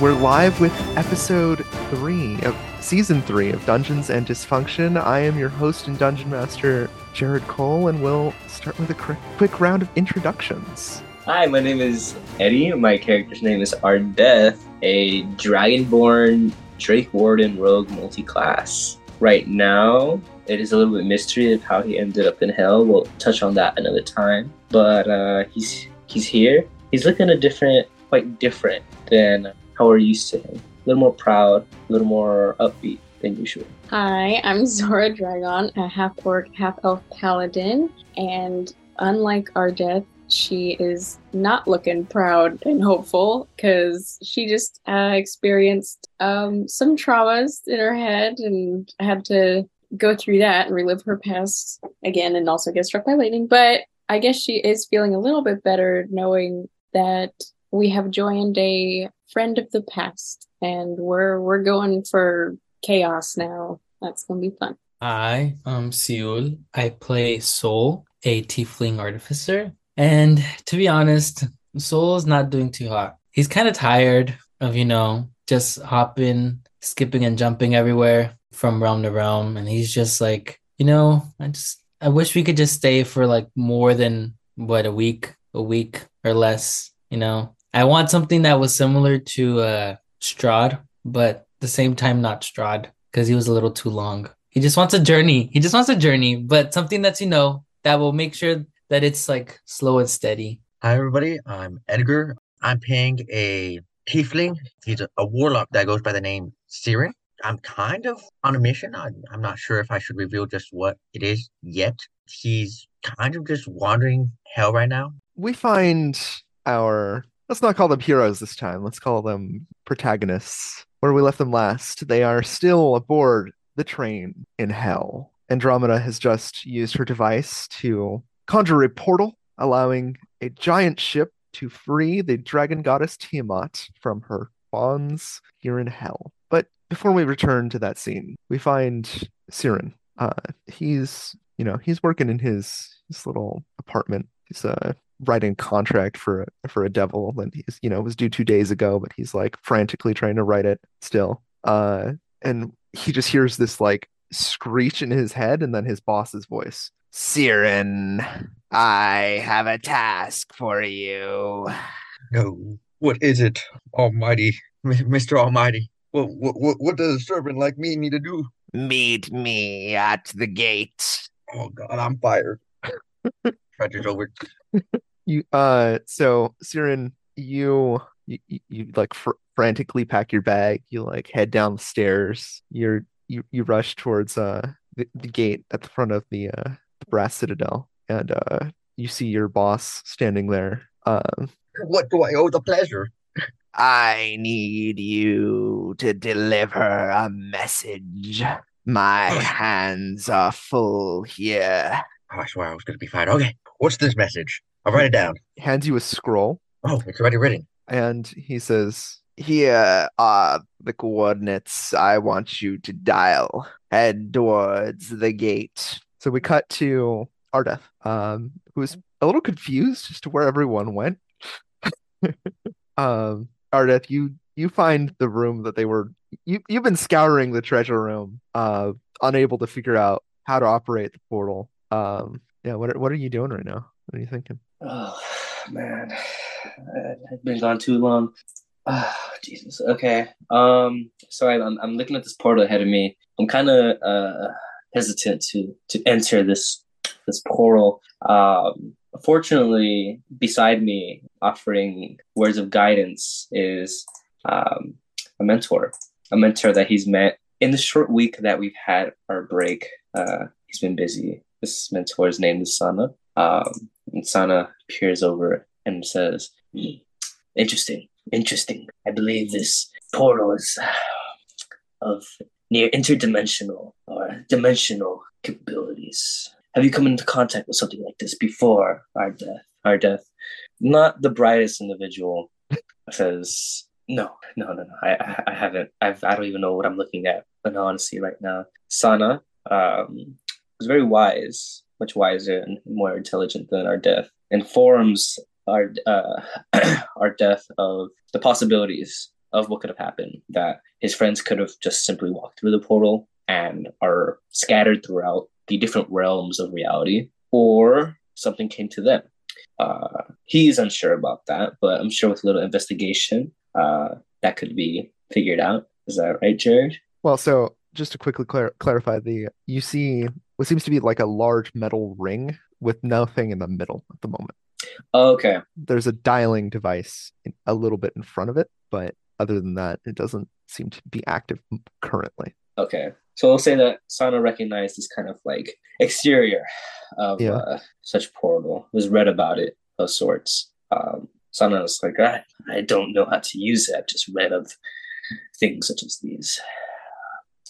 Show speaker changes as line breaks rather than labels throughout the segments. We're live with episode three of season three of Dungeons and Dysfunction. I am your host and dungeon master, Jared Cole, and we'll start with a cr- quick round of introductions.
Hi, my name is Eddie. My character's name is Ardeth, a dragonborn Drake Warden rogue multi-class. Right now, it is a little bit mystery of how he ended up in hell. We'll touch on that another time. But uh, he's he's here. He's looking a different, quite different than how we're used to him. A little more proud, a little more upbeat than usual.
Hi, I'm Zora Dragon, a half orc, half elf paladin, and unlike Ardeth, she is not looking proud and hopeful because she just uh, experienced um, some traumas in her head and had to go through that and relive her past again and also get struck by lightning. But I guess she is feeling a little bit better knowing that we have joined a friend of the past and we're we're going for chaos now. That's gonna be fun.
I am Siul. I play Soul, a tiefling artificer. And to be honest, Soul's not doing too hot. He's kind of tired of, you know, just hopping, skipping, and jumping everywhere from realm to realm. And he's just like, you know, I just, I wish we could just stay for like more than what a week, a week or less, you know. I want something that was similar to uh Strahd, but at the same time not Strahd because he was a little too long. He just wants a journey. He just wants a journey, but something that's, you know, that will make sure that it's like slow and steady.
Hi, everybody. I'm Edgar. I'm playing a tiefling. He's a, a warlock that goes by the name Siren. I'm kind of on a mission. I'm, I'm not sure if I should reveal just what it is yet. He's kind of just wandering hell right now.
We find our, let's not call them heroes this time, let's call them protagonists. Where we left them last, they are still aboard the train in hell. Andromeda has just used her device to conjure a portal, allowing a giant ship to free the dragon goddess Tiamat from her bonds here in hell. But before we return to that scene, we find Siren. Uh, he's, you know, he's working in his his little apartment. He's uh, writing contract for a- for a devil, and he's, you know, it was due two days ago, but he's like frantically trying to write it still. Uh, and he just hears this like screech in his head, and then his boss's voice. Siren, I have a task for you.
No. What is it, Almighty, M- Mr. Almighty? What, what, what does a servant like me need to do?
Meet me at the gate.
Oh, God, I'm fired. Treasure's over.
You uh so Siren, you you, you- you like fr- frantically pack your bag, you like head down the stairs. You're you you rush towards uh the, the gate at the front of the uh the brass citadel and uh you see your boss standing there. Um
What do I owe the pleasure?
I need you to deliver a message. My hands are full here.
Oh, I swear I was going to be fired. Okay, what's this message? I'll write it down.
hands you a scroll
Oh, it's already written.
and he says,
Here are the coordinates I want you to dial. Head towards the gate.
So we cut to Ardeth, um, who's a little confused as to where everyone went. um, Ardeth, you you find the room that they were. You you've been scouring the treasure room, uh, unable to figure out how to operate the portal. Um, yeah, what are, what are you doing right now? What are you thinking?
Oh man, I- I've been gone too long. Ah, Jesus. Okay. Um. So I, I'm I'm looking at this portal ahead of me. I'm kind of uh hesitant to to enter this this portal. Um. Fortunately, beside me, offering words of guidance is um a mentor, a mentor that he's met in the short week that we've had our break. Uh, he's been busy. This mentor's name is Sana. Um. And Sana peers over and says, "Hmm, Interesting, interesting. I believe this portal is uh, of near interdimensional or dimensional capabilities. Have you come into contact with something like this before our death? Our death. Not the brightest individual says, No, no, no, no. I, I, I haven't. I've, I don't even know what I'm looking at, in honesty, right now. Sana, um, was very wise, much wiser and more intelligent than our death, informs our uh, our death of the possibilities of what could have happened. That his friends could have just simply walked through the portal and are scattered throughout the different realms of reality, or something came to them. Uh, he's unsure about that, but I'm sure with a little investigation, uh, that could be figured out. Is that right, Jared?
Well, so just to quickly clar- clarify the you see what seems to be like a large metal ring with nothing in the middle at the moment.
Okay.
There's a dialing device in, a little bit in front of it, but other than that, it doesn't seem to be active currently.
Okay. So I'll say that Sana recognized this kind of like exterior of
Yeah.
uh, such portal. Was read about it of sorts. Um, Sana was like, I, I don't know how to use it. I've just read of things such as these.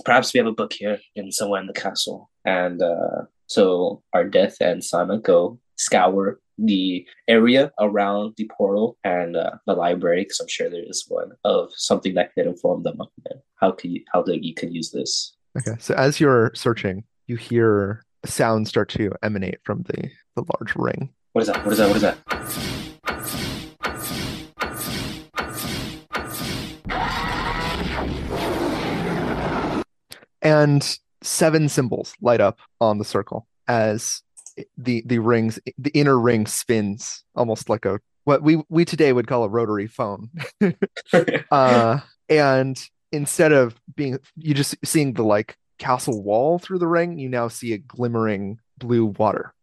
Perhaps we have a book here in somewhere in the castle. And uh, so our death and Sana go scour the area around the portal and uh, the library because I'm sure there is one of something that could inform them of it. how can you, how they, you can use this.
Okay. So as you're searching, you hear sounds start to emanate from the the large ring.
What is that? What is that? What is that?
and seven symbols light up on the circle as the the rings the inner ring spins almost like a what we we today would call a rotary phone uh and instead of being you just seeing the like castle wall through the ring you now see a glimmering blue water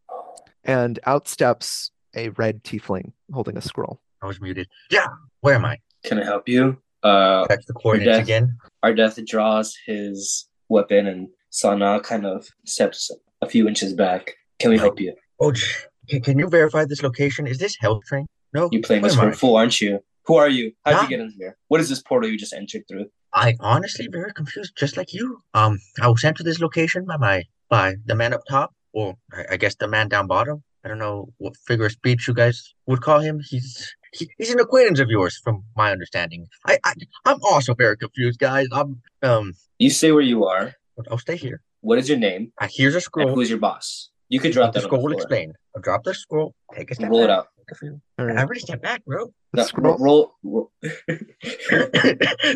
and out steps a red tiefling holding a scroll
I was muted. Yeah, where am I?
Can I help you? Uh,
Check the coordinates
death.
again.
Ardeth draws his weapon and Sana kind of steps a few inches back. Can we help you?
Oh, sh- can, can you verify this location? Is this health train? No.
You playing
where
this
am
for
I?
a fool, aren't you? Who are you? How'd
Huh?
you get in here? What is this portal you just entered through?
I honestly very confused, just like you. Um, I was sent to this location by my by the man up top, or I, I guess the man down bottom. I don't know what figure of speech you guys would call him. He's he, he's an acquaintance of yours, from my understanding. I, I I'm also very confused, guys. I'm um.
You say where you are.
but I'll stay here.
What is your name?
I here's a
And
scroll.
who's your boss? You could drop
the
that on the
scroll will
floor.
explain. I'll drop the scroll. Take a step
Roll it
back.
out.
take a few-
All right,
I really step back, bro.
the
No,
scroll
Roll. roll,
the,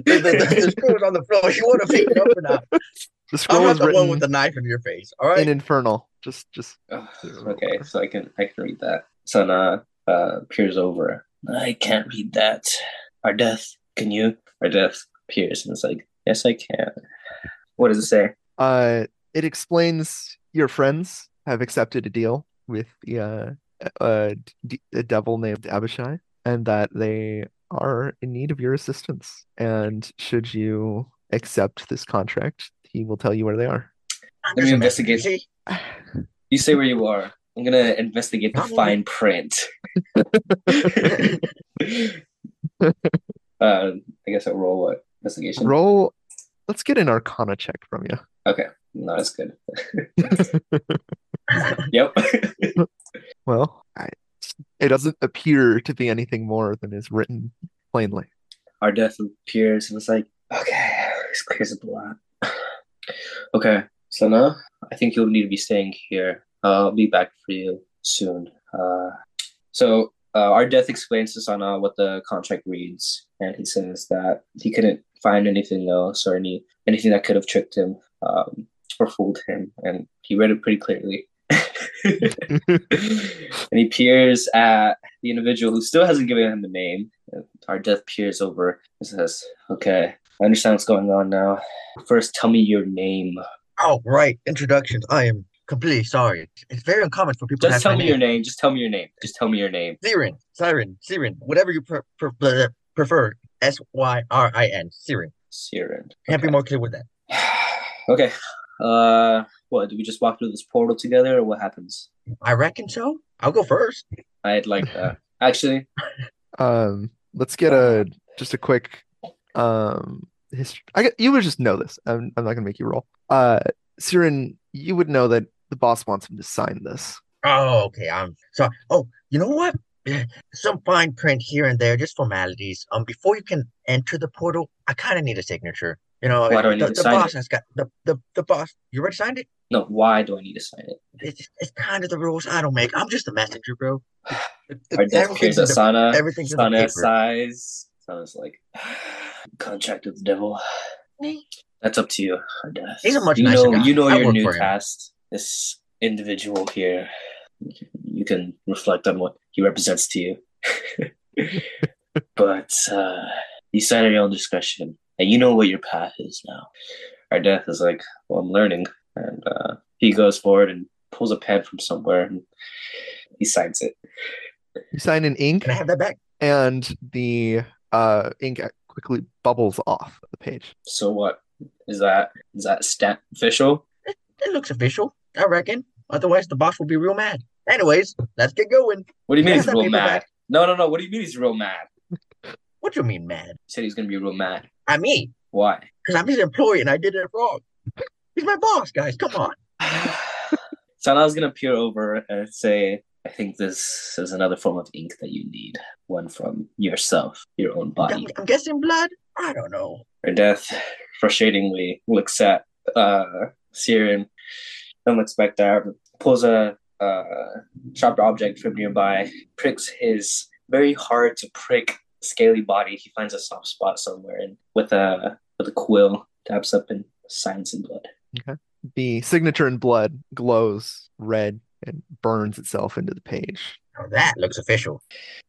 the, the scroll is on the floor. You want to pick it up or not?
the
I'm
scroll
not
is
the one with
written
the knife in your face. All right.
in infernal just just
Ugh, okay, so I can I can read that. Sana uh, peers over. I can't read that. Our death. Can you? Our death peers and it's like, yes, I can. What does it say?
Uh, it explains your friends have accepted a deal with the, uh, a, d- a devil named Abishai, and that they are in need of your assistance. And should you accept this contract, he will tell you where they are.
I'm
Let
just
me
a messenger,
investigate.
see?
You say where you are. I'm gonna investigate the
Not me.
fine print. uh, I guess I roll what investigation.
Roll. Let's get an Arcana check from you.
Okay, not as good. yep.
Well, I, it doesn't appear to be anything more than is written plainly.
our death appears and it's like, okay, this clears up a lot. okay, so now I think you'll need to be staying here. I'll be back for you soon. Uh, so uh, our death explains to Sana what the contract reads, and he says that he couldn't find anything else or any anything that could have tricked him um, or fooled him, and he read it pretty clearly. and he peers at the individual who still hasn't given him the name. Our death peers over and says, Okay, I understand what's going on now. First, tell me your name.
Oh, right. Introductions. I am completely sorry. It's very uncommon for people to
Just
ask
tell
my
me your name. Just tell me your name. Just tell me your name.
Siren, siren, siren, whatever you pre- pre- bleh, prefer. S Y R I N, siren.
Siren.
Can't be
Okay.
more clear with that.
okay. Uh, what? Do we just walk through this portal together or what happens?
I reckon so. I'll go first.
I'd like that. Actually,
Um, let's get a just a quick um history. I get, you would just know this. I'm, I'm not gonna make you roll. Uh, Siren, you would know that the boss wants him to sign this.
Oh, okay. I'm sorry. Oh, you know what? Some fine print here and there, just formalities. Um, before you can enter the portal, I kind of need a signature. You know,
Why do I need
the,
to
the
sign
boss
it?
has got the, the the boss. You already signed it.
no, why do I need to sign it?
It's, it's kind of the rules I don't make. I'm just a messenger, bro. The- the-
Our death
everything's
peers
in
at
the-
Sana.
everything's in the
Sana
paper.
sighs. I was like, contract with the devil. That's up to you. Or death.
He's a much
you
nicer
know,
guy.
You know
I
your
work
new
for him.
task. This individual here. You can reflect on what he represents to you. but uh, you set at your own discretion, and you know what your path is now. Our death is like, well, I'm learning, and uh, he goes forward and pulls a pen from somewhere, and he signs it.
You sign in ink,
Can I have that back?
and the uh, ink quickly bubbles off the page.
So what is that? Is that stat official?
It looks official, I reckon. Otherwise, the boss will be real mad. Anyways, let's get going.
What do you mean
Yeah,
he's
that
real
paper
mad?
bag.
No, no, no. What do you mean he's real mad?
What do you mean mad?
He said he's gonna be real mad.
I mean,
Why?
because I'm his employee and I did it wrong. He's my boss, guys. Come on.
Sana's gonna peer over and say, "I think this is another form of ink that you need. One from yourself, your own
I'm,
body."
I'm guessing blood. I don't know.
Her death, frustratingly, looks at uh Siren. Don't expect that. Pulls a uh, sharp object from nearby, pricks his very hard to prick scaly body. He finds a soft spot somewhere, and with a with a quill, dabs up and signs in blood.
The signature in blood glows red and burns itself into the page.
Now that looks official.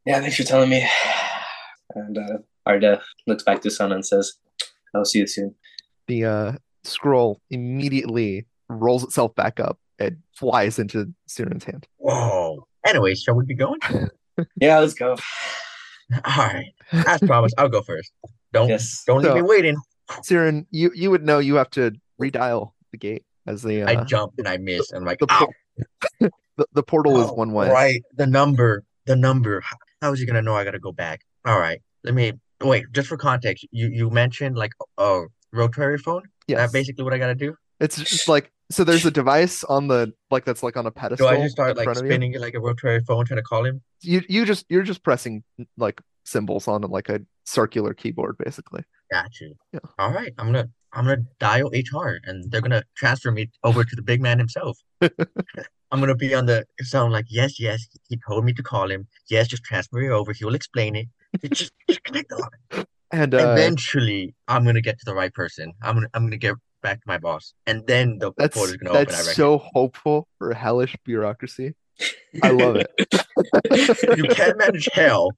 Yeah, thanks for telling me. And uh, Arda looks back to Sana and says, "I'll see you soon."
The uh, scroll immediately rolls itself back up and flies into Surin's hand.
Whoa. Anyways, shall we be going?
Yeah, let's go.
All right. As promised, I'll go first. Don't
Yes.
don't
So-
leave me waiting.
Siren, you you would know you have to redial the gate as the
I
uh,
jump and I miss. and I'm like,
the,
ow,
por- the the portal is
oh,
one way.
Right. The number. The number. H- How is he gonna know I gotta go back? All right. Let me wait. Just for context, you you mentioned like a rotary phone. Is
Yes.
that basically what I gotta do?
It's just like so. There's a device on the like that's like on a
Do
pedestal
I just start
in
like
front of you.
spinning it like a rotary phone trying to call him?
You you just you're just pressing like symbols on like a circular keyboard basically.
Got you.
Yeah.
All right. I'm gonna I'm gonna dial HR and they're gonna transfer me over to the big man himself. I'm gonna be on the sound like, yes, yes, he told me to call him. Yes, just transfer me over. He'll explain it. It Just, just connect the line.
And uh,
Eventually, I'm gonna get to the right person. I'm gonna I'm gonna get back to my boss, and then the
that's
portal's gonna open. I
that's
reckon.
so hopeful for hellish bureaucracy. I love it.
you can't manage hell.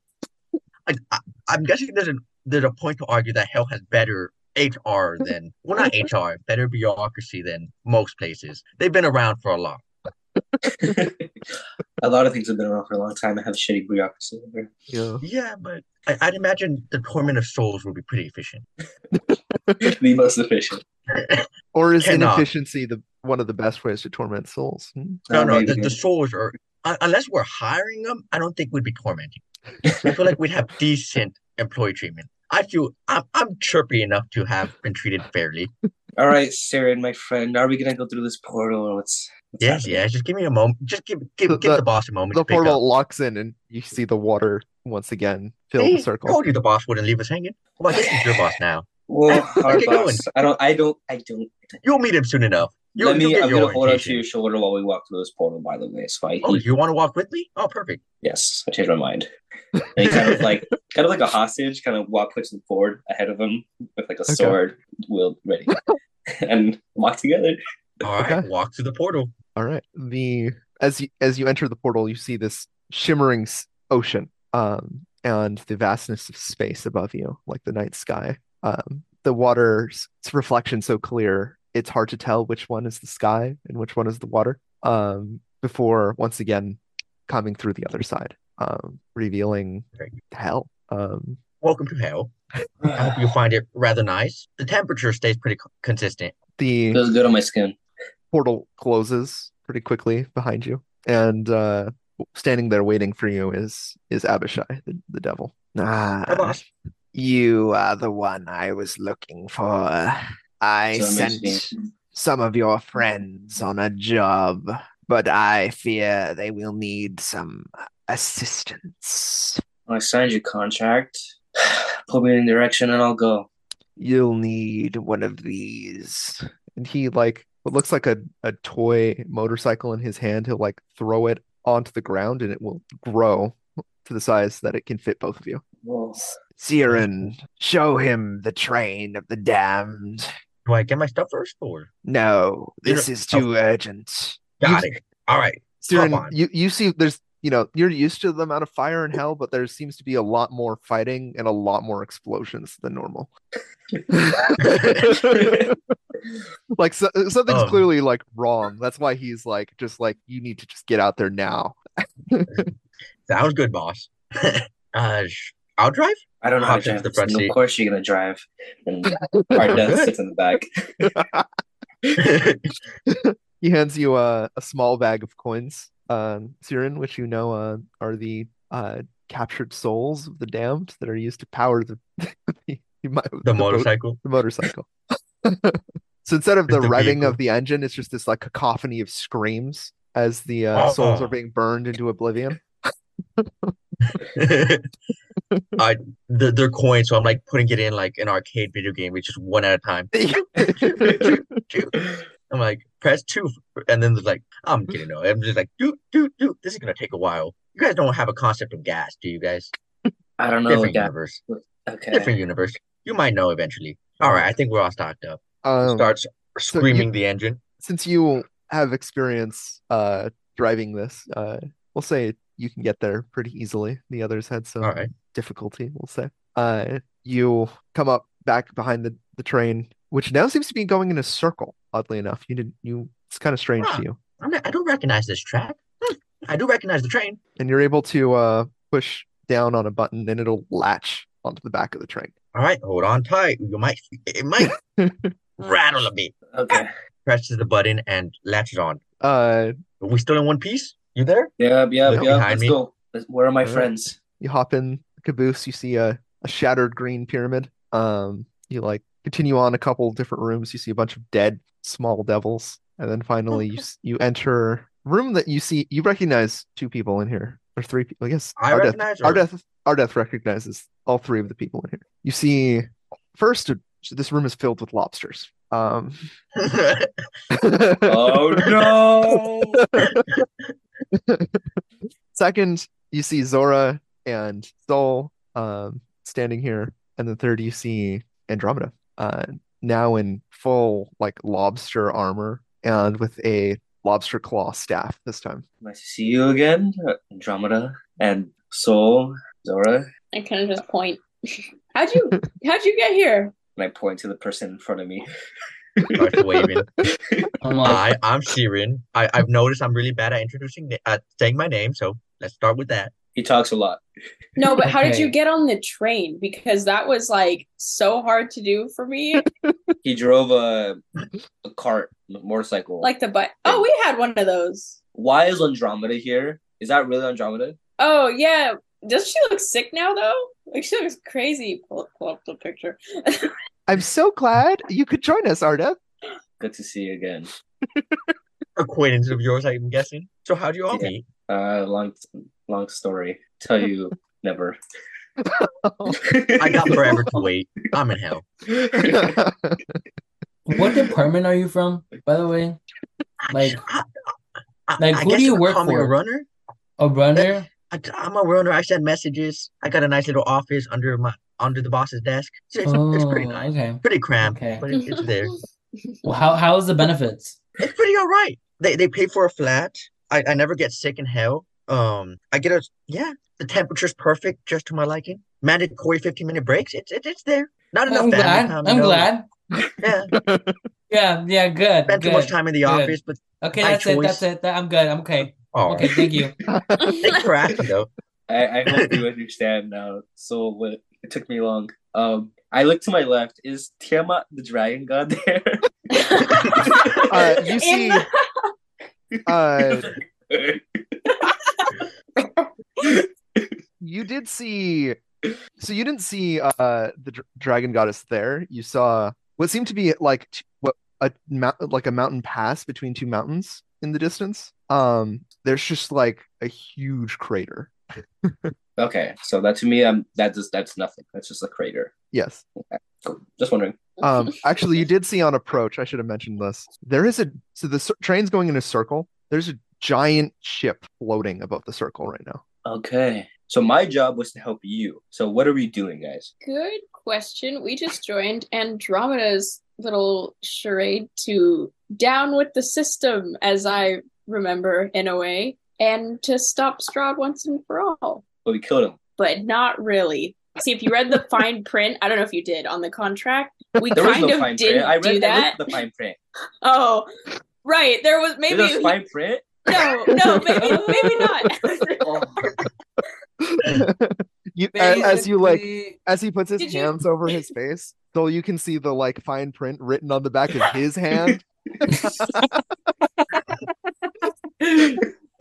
Like, I, I'm guessing there's a there's a point to argue that hell has better HR than well, not HR, better bureaucracy than most places. They've been around for a lot.
a lot of things have been around for a long time. I have shitty bureaucracy. over.
Yeah.
Yeah, but I, I'd imagine the torment of souls would be pretty efficient.
the most efficient.
Or is
Cannot.
inefficiency the one of the best ways to torment souls? Hmm?
No,
Uh,
no, the,
maybe.
the souls are un- unless we're hiring them. I don't think we'd be tormenting. I feel like we'd have decent employee treatment. I feel I'm I'm chirpy enough to have been treated fairly.
All right, Siren, my friend, are we gonna go through this portal or what's? what's
Yes,
happening?
yes. Just give me a moment. Just give give,
The-
give
the-
the boss a moment
The
to pick up.
portal locks in, and you see the water once again fill
See,
the circle.
Told you the boss wouldn't leave us hanging. Well, this is your boss now.
Well,
Hey,
hard
get
boss. I don't. I don't. I don't.
You'll meet him soon enough. You,
Let
you'll
me.
get
I'm
your
gonna hold on to
orientation.
your shoulder while we walk through this portal. By the way, so I.
Oh,
he-
you want to walk with me? Oh, perfect.
Yes, I changed my mind. And he kind of like, kind of like a hostage, kind of walk pushing forward ahead of him with like a
Okay.
sword wield ready, and walk together.
All right,
Okay.
walk through the portal.
All right. The as you as you enter the portal, you see this shimmering s- ocean, um, and the vastness of space above you, like the night sky. Um, the water's its reflection so clear, it's hard to tell which one is the sky and which one is the water. Um, before once again coming through the other side, um, revealing
Right.
hell. Um,
Welcome to hell. I hope you find it rather nice. The temperature stays pretty co- consistent.
the
Feels good on my skin.
portal closes pretty quickly behind you, and uh, standing there waiting for you is is Abishai, the, the devil.
Hi,
Ah,
boss.
you are the one I was looking for. I
So it makes
sent
me-
some of your friends on a job, but I fear they will need some assistance.
When I signed your contract. Put me in the direction and I'll go.
You'll need one of these.
And he like what looks like a, a toy motorcycle in his hand, he'll like throw it onto the ground and it will grow to the size that it can fit both of you.
Whoa.
Siren, show him the train of the damned.
Do I get my stuff first or?
No,
You
this
know-
is too urgent.
Got it. All right.
Siren,
on.
you, you see there's you know, you're used to the amount of fire in hell, but there seems to be a lot more fighting and a lot more explosions than normal. like so, something's
Um.
clearly like wrong. That's why he's like just like you need to just get out there now.
Sounds good, boss. uh, sh- I'll drive.
I don't know how to
Hops
drive.
into the
this
front
thing.
seat.
Of course you're gonna drive. And our dad sits in the back.
he hands you a, a small bag of coins, um, Siren, which you know uh, are the uh, captured souls of the damned that are used to power the the, mo-
the
boat-
motorcycle.
the motorcycle. so instead of the,
It's the
revving
vehicle.
of the engine, it's just this like cacophony of screams as the uh, souls
Oh.
are being burned into oblivion.
I the, they're coins, so I'm like putting it in like an arcade video game, which is one at a time. Choo, choo. I'm like press two, and then there's like I'm kidding. No, I'm just like dude, dude, dude. This is gonna take a while. You guys don't have a concept of gas, do you guys?
I don't know.
Different
Dad.
universe.
Okay.
Different universe. You might know eventually. All right, I think we're all stocked up.
um,
Starts
so you-
screaming the engine.
since you have experience uh, driving this, uh, we'll say you can get there pretty easily. The others had some
All right.
difficulty, we'll say. Uh, you come up back behind the, the train, which now seems to be going in a circle. Oddly enough, you didn't. You it's kind of strange
Huh.
to you,
I'm not, I don't recognize this track. Hmm, I do recognize the train.
and you're able to uh, push down on a button, and it'll latch onto the back of the train.
All right, hold on tight. You might it might rattle a bit.
Okay.
Presses the button and latches on.
Uh,
Are we still in one piece? You there?
Yep. Yep.
Look
Yep.
behind
Let's
me.
go. Let's- Where are my
Alright.
friends?
you hop in the caboose. You see a, a shattered green pyramid. Um, you like continue on a couple different rooms. You see a bunch of dead small devils, and then finally you s- you enter a room that you see. You recognize two people in here, or three people. I guess
I
Ardeth-
recognize. or-
Ardeth Ardeth recognizes all three of the people in here. You see, first, uh, this room is filled with lobsters. Um,
Oh no!
second, you see Zora and Sol um, standing here, and then third, you see Andromeda, uh, now in full like lobster armor and with a lobster claw staff this time.
nice to see you again, Andromeda and Soul Zora.
I kind of just point. How'd you how'd you get here?
And I point to the person in front of me.
Starts waving.
I'm like,
I I'm Siren. I I've noticed I'm really bad at introducing na- at saying my name, so let's start with that.
He talks a lot.
No, but how did
Okay.
you get on the train? Because that was like so hard to do for me.
He drove a a cart, a motorcycle.
Like the but oh, we had one of those.
why is Andromeda here? Is that really Andromeda?
Oh yeah. Doesn't she look sick now though? Like she looks crazy. Pull, pull up the picture.
I'm so glad you could join us, Ardeth.
Good to see you again.
Acquaintance of yours, I'm guessing. So how do you all
Yeah.
meet?
Uh, long, long story. Tell you never.
I got forever to wait. I'm in hell.
what department are you from, by the way? Like,
I, I,
like,
I
who do
guess
you
could
work
call me a
for?
runner?
a runner?
I, am a runner. I send messages. I got a nice little office under my under the boss's desk. It's, it's, it's pretty
Oh,
nice.
okay.
Pretty cramped,
Okay.
but it, it's there.
Well, how how's the benefits?
It's pretty all right. They they pay for a flat. I, I never get sick in hell. Um, I get a yeah. The temperature's perfect, just to my liking. Mandatory 15 minute breaks. It's it's it's there. Not enough
I'm
family
glad.
time. you
I'm
know, like,
glad.
Yeah,
Yeah, yeah, good.
spend too
good.
much time in the
Good.
office, but
Okay,
by
that's it. That's
choice.
it. That, I'm good. I'm okay.
oh,
Okay, thank you.
thanks for asking though.
I, I hope you understand now. So what, it took me long. Um, I look to my left. Is Tiamat the dragon god there?
Uh, you see-
the-
uh, you did see so you didn't see uh the dr- dragon goddess there you saw what seemed to be like t- what a mount like a mountain pass between two mountains in the distance um there's just like a huge crater
okay, so that to me, um, that just that's nothing. That's just a crater.
yes
Cool. Just wondering.
um actually you did see on approach i should have mentioned this there is a so the cir- train's going in a circle there's a giant ship floating above the circle right now
Okay, So my job was to help you. So what are we doing, guys?
Good question. We just joined Andromeda's little charade to down with the system, as I remember in a way, and to stop Stroud once and for all.
Well, we killed him.
But not really. See, if you read the fine print, I don't know if you did on the contract, we
There
kind
was no
of
fine
didn't
print. I read
do
I
that.
looked at the fine print.
Oh, right. There was maybe
Maybe was fine print.
no, no, maybe maybe not.
Oh,
You, a- as you like,
Basically,
as he puts his
Did you-
hands over his face, so you can see the like fine print written on the back of his hand.
God. Oh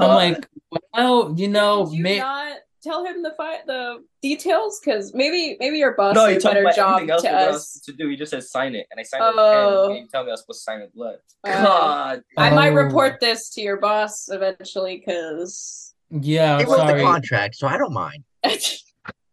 uh,
I'm like, well, you know,
Did you
may-
not tell him the fi- the details? Because maybe maybe your boss
no, he
did a
talked
better
about
job
everything else
to
and what I was
us.
supposed to do. He just said sign it, and I signed it.
Oh.
With a pen, and he told me I was supposed to sign it with blood.
Oh.
God,
I might
Oh.
report this to your boss eventually, because
Oh, yeah,
They
I'm
wrote the
sorry.
contract, so I don't mind.
I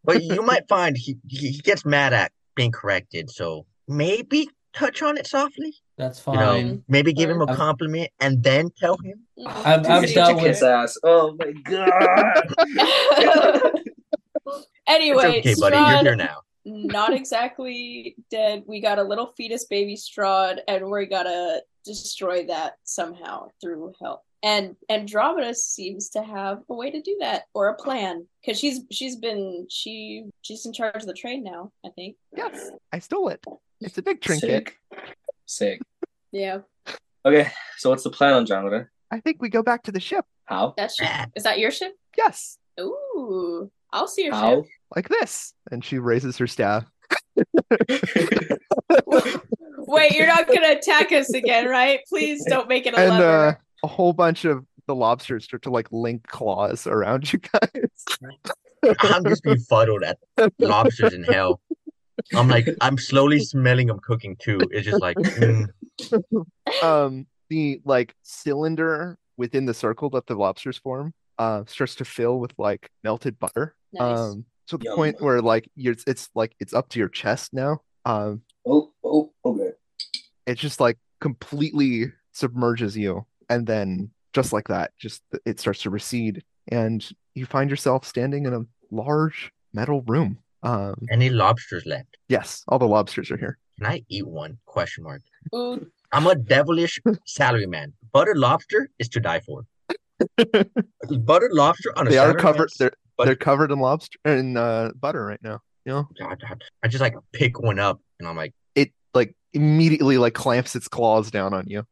But you might find he, he he gets mad at being corrected, so maybe touch on it softly.
That's
You know,
fine.
maybe give him a
I've-
compliment and then tell him.
I've,
Dude,
I've
it's
dealt
your
with
kid's ass. Oh my god.
It's
anyway,
okay, buddy. You're
Strahd,
here now.
not exactly dead. We got a little fetus baby Strahd, and we gotta destroy that somehow through help. And Andromeda seems to have a way to do that or a plan because she's she's been she she's in charge of the train now. I think.
yes, I stole it. It's a big trinket.
Sick. Sick.
Yeah,
Okay, so what's the plan, Andromeda?
I think we go back to the ship.
How?
that ship
Ah.
is that your ship?
Yes,
Ooh, I'll see your
How?
ship.
like this. And she raises her staff.
Wait, you're not gonna attack us again, right? Please don't make it a
and
lever.
uh, a whole bunch of the lobsters start to like link claws around you guys.
I'm just befuddled at lobsters in hell. I'm like, I'm slowly smelling them cooking too. It's just like, mm,
um, the like cylinder within the circle that the lobsters form uh, starts to fill with like melted butter.
Nice.
Um, to the
Yum.
point where like you're, it's like it's up to your chest now. Um,
oh, oh, okay.
it just like completely submerges you, and then just like that, just it starts to recede, and you find yourself standing in a large metal room. Um,
any lobsters left?
yes, all the lobsters are here.
Can I eat one? Question mark.
Ooh,
I'm a devilish salaryman. Buttered lobster is to die for. Buttered lobster on a
They are
salaryman?
covered. They're
but-
they're covered in lobster in uh, butter right now. You know,
God, God. I just like pick one up and I'm like,
it like immediately like clamps its claws down on you.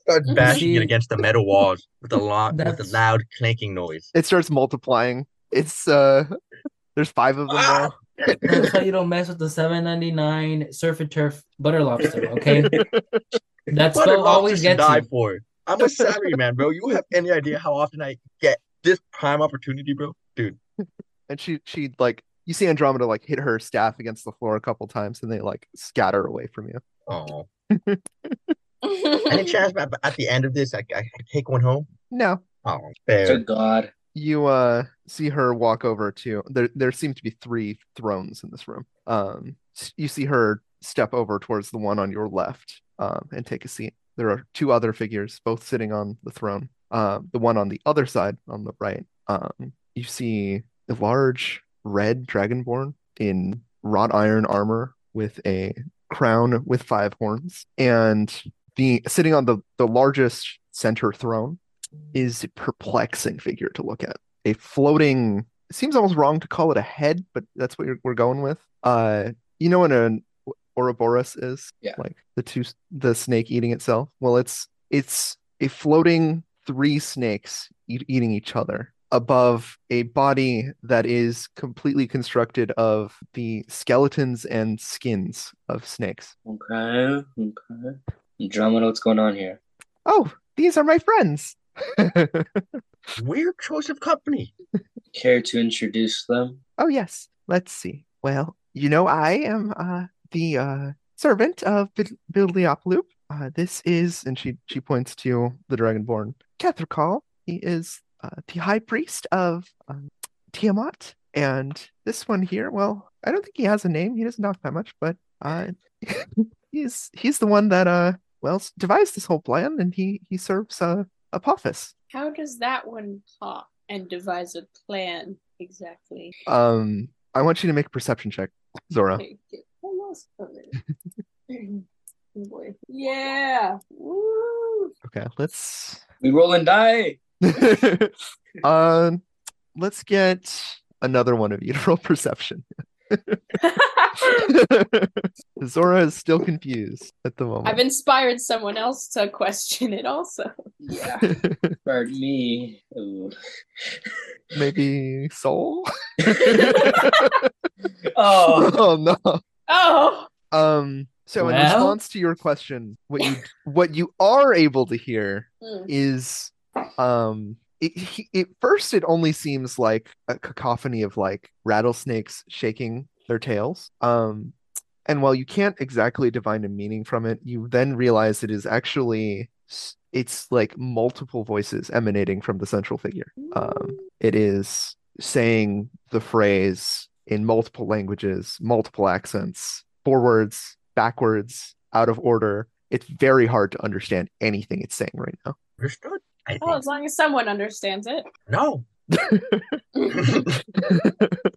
start bashing it
See?
against the metal walls with a lot with a
That's-
loud clanking noise.
It starts multiplying. It's uh, there's five of them
Ah!
now.
That's why you don't mess with the seven ninety nine surf and turf butter lobster. Okay, that
Buttered
spell always
lobsters to
gets
die
you.
for. I'm a salaryman, bro. You have any idea how often I get this prime opportunity, bro? Dude.
And she she like you see Andromeda like hit her staff against the floor a couple times, and they like scatter away from you.
Oh. Any chance at, at the end of this, I, I can take one home?
No,
Oh,
So
fair.
God.
you uh see her walk over to there. There seem to be three thrones in this room. Um, s- you see her step over towards the one on your left, um, and take a seat. There are two other figures, both sitting on the throne. Um, the one on the other side, on the right, um, you see a large red dragonborn in wrought iron armor with a crown with five horns, and the sitting on the the largest center throne is a perplexing figure to look at. A floating it seems almost wrong to call it a head, but that's what you're, we're going with. Uh, you know what an Ouroboros is?
Yeah.
Like the two the snake eating itself. Well, it's it's a floating three snakes eat, eating each other above a body that is completely constructed of the skeletons and skins of snakes.
Okay. Okay. Andromeda, what's going on here?
Oh, these are my friends.
Weird choice of company.
Care to introduce them?
Oh yes, let's see. Well, you know, I am uh the uh servant of Biblioploop. Uh this is and she she points to the Dragonborn. Kethrikal. He is uh, the high priest of um, Tiamat. And this one here, well, I don't think he has a name. He doesn't talk that much, but uh he's he's the one that uh well s- devised this whole plan and he he serves uh Apophis.
How does that one talk? and devise a plan. Exactly.
Um, I want you to make a perception check, Zora.
Okay, get one last one. Oh, Boy. Yeah. Woo.
Okay, let's
We roll and die.
um, let's get another one of you to roll perception. Zora is still confused at the moment.
I've inspired someone else to question it also.
Yeah. Bird me. Ooh.
Maybe soul.
Oh.
oh no.
Oh,
Um. So in
Well?
response to your question, what you what you are able to hear
Mm.
is um it, he, it first it only seems like a cacophony of like rattlesnakes shaking their tails um and while you can't exactly divine a meaning from it you then realize it is actually s- it's like multiple voices emanating from the central figure um it is saying the phrase in multiple languages multiple accents forwards backwards out of order it's very hard to understand anything it's saying right now
Understood? I
oh,
think.
as long as someone understands it.
No.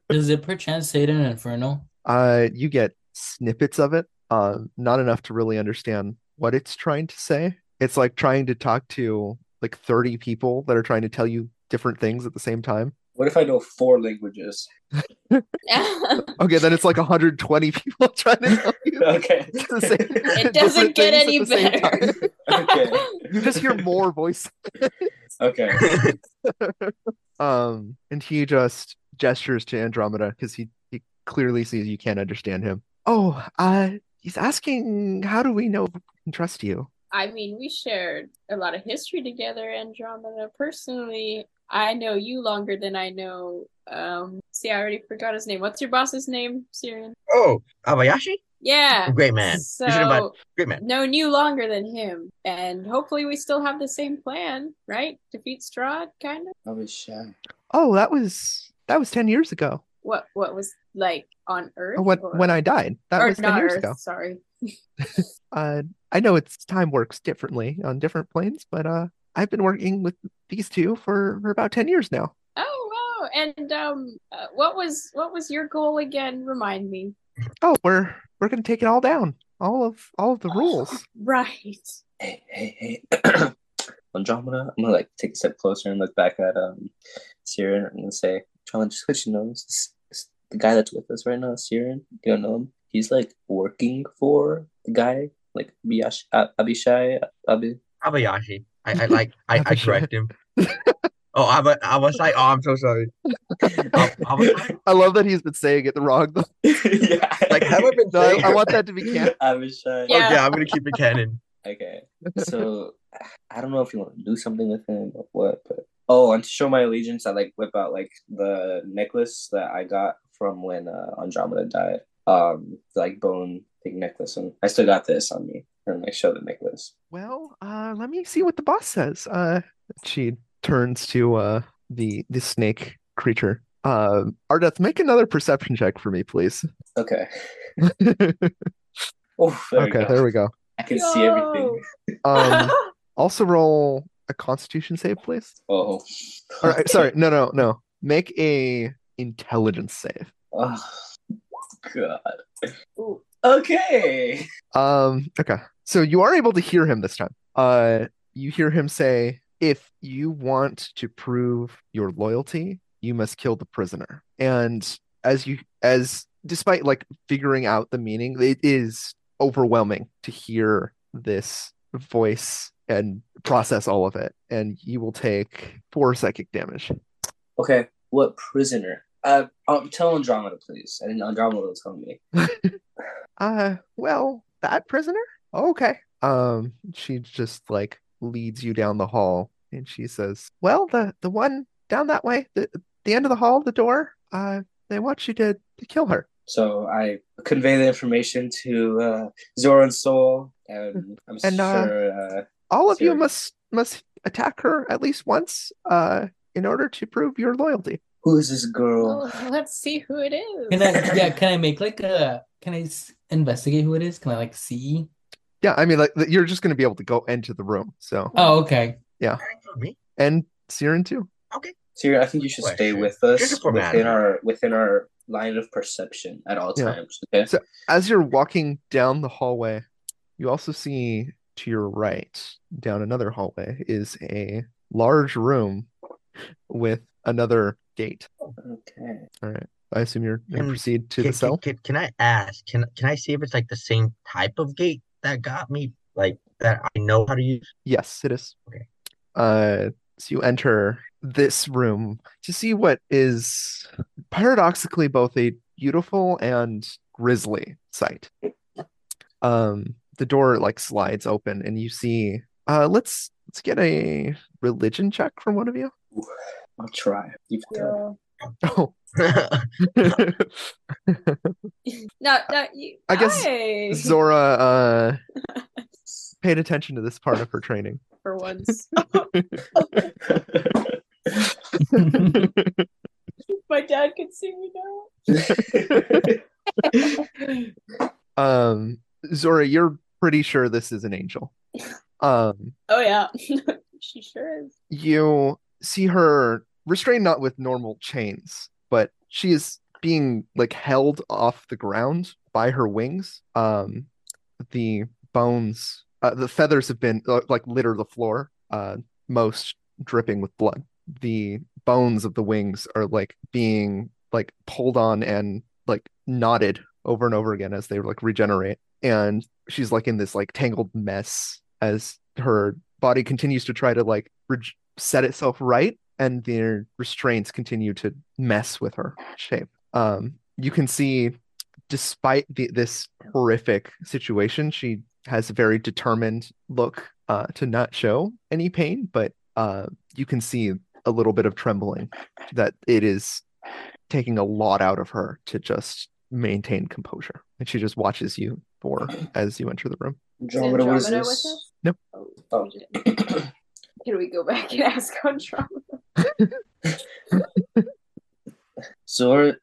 Does it perchance say it in Inferno?
Uh, you get snippets of it, uh, not enough to really understand what it's trying to say. It's like trying to talk to like 30 people that are trying to tell you different things at the same time.
What if I know four languages?
it
Okay, then it's like 120 people trying to tell you
Okay.
the same. different
doesn't get
things at the same
any better.
time.
okay.
You just hear more voice.
Okay.
Um, and he just gestures to Andromeda because he, he clearly sees you can't understand him. Oh, uh, he's asking, how do we know we can trust you?
I mean, we shared a lot of history together, Andromeda. Personally, I know you longer than I know. Um, see, I already forgot his name. What's your boss's name, Syrian?
Oh, Abayashi?
Yeah.
Great man. You should have
So,
bought- Great man.
known you longer than him, and hopefully, we still have the same plan, right? Defeat Strahd, kind of.
I was shy.
Oh, that was that was 10 years ago.
What? What was like on Earth?
Or What
or-
when I died. That
or
was 10
not
years
Earth,
ago.
Sorry.
Uh, I know it's time works differently on different planes, but uh I've been working with these two for, for about 10 years now.
Oh wow! And um, uh, what was what was your goal again? Remind me.
Oh, we're we're going to take it all down. All of all of the rules.
Right.
Hey, hey, hey. Andromeda, I'm gonna like take a step closer and look back at um Siren. I'm gonna say, John, just let you know, this, this- the guy that's with us right now, Siren, you don't know him. He's like working for the guy, like Biash, A- Abishai, Abi.
Abayashi. I, I like, I, I
Abayashi.
correct him. Oh, Aba, Abasai. Oh, I'm so sorry. Ab- Abasai?
I love that he's been saying it wrong.
yeah.
Like, have I been
No, I,
saying
I want that to be canon.
Abishai.
Yeah.
Okay, I'm going to keep it canon.
Okay. So I don't know if you want to do something with him or what, but oh, and to show my allegiance, I like whip out like the necklace that I got from when uh, Andromeda died. Um, the, like bone big necklace, and I still got this on me. And I show the necklace.
Well, uh let me see what the boss says. Uh she turns to uh the the snake creature. Uh, Ardeth, make another perception check for me, please.
Okay. Oh, there we
okay,
go.
there we go.
I can see everything.
Yo!
Um, also roll a Constitution save, please.
Oh.
All right, sorry, no, no, no. Make a intelligence save.
Oh, God.
Ooh.
Okay.
Um, okay. So you are able to hear him this time. Uh, you hear him say, "If you want to prove your loyalty, you must kill the prisoner." And as you, as despite like figuring out the meaning, it is overwhelming to hear this voice and process all of it. And you will take four psychic damage.
Okay. What prisoner? Uh, um, tell Andromeda, please. And Andromeda will tell me.
Uh, well, that prisoner? Okay. Um, she just like leads you down the hall and she says, "Well, the the one down that way, the the end of the hall, the door, uh, they want you to, to kill her."
So I convey the information to uh, Zora and Soul, and I'm
And, uh,
sure. Uh,
All of you
Sure.
must must attack her at least once, uh, in order to prove your loyalty.
who is this girl?
Well, let's see who it is.
Can I, yeah, can I make like a, can I s- investigate who it is? Can I like see?
Yeah, I mean, like you're just gonna be able to go into the room. So,
Oh, okay.
Thank you, me.
and Siren too.
Okay.
Tyrion, I think you should stay
Question.
with us
Here's a formality.
within our within our line of perception at all
Yeah.
times. Okay.
So- As you're walking down the hallway, you also see to your right, down another hallway, is a large room with another gate.
Okay.
I assume you're going to
Hmm.
proceed to the
Can, can-
cell.
can- can I ask? Can can I see if it's like the same type of gate that got me? Like that I know how to use.
Yes, it is.
Okay.
Uh, so you enter this room to see what is paradoxically both a beautiful and grisly sight. Um, the door like slides open, and you see. Uh, let's let's get a religion check from one of you.
Ooh, I'll try. You've got
Oh,
No, no, you,
I guess
Hey!
Zora uh paid attention to this part of her training.
for once. My dad can see me now.
Um, Zora, you're pretty sure this is an angel. Um,
Oh yeah, she sure is.
you see her restrained not with normal chains, but she is being like held off the ground by her wings. Um, the bones, uh, the feathers have been uh, like litter the floor, uh, most dripping with blood. The bones of the wings are like being like pulled on and like knotted over and over again as they like regenerate. And she's like in this like tangled mess as her body continues to try to like reg- set itself right and their restraints continue to mess with her shape um you can see despite the, this horrific situation she has a very determined look uh to not show any pain but uh you can see a little bit of trembling that it is taking a lot out of her to just maintain composure and she just watches you for as you enter the room
Is
Andromeda, what is
Andromeda with
this?
us?
Nope.
Oh,
Oh.
we did. Can we go back and ask Andromeda?
Zora,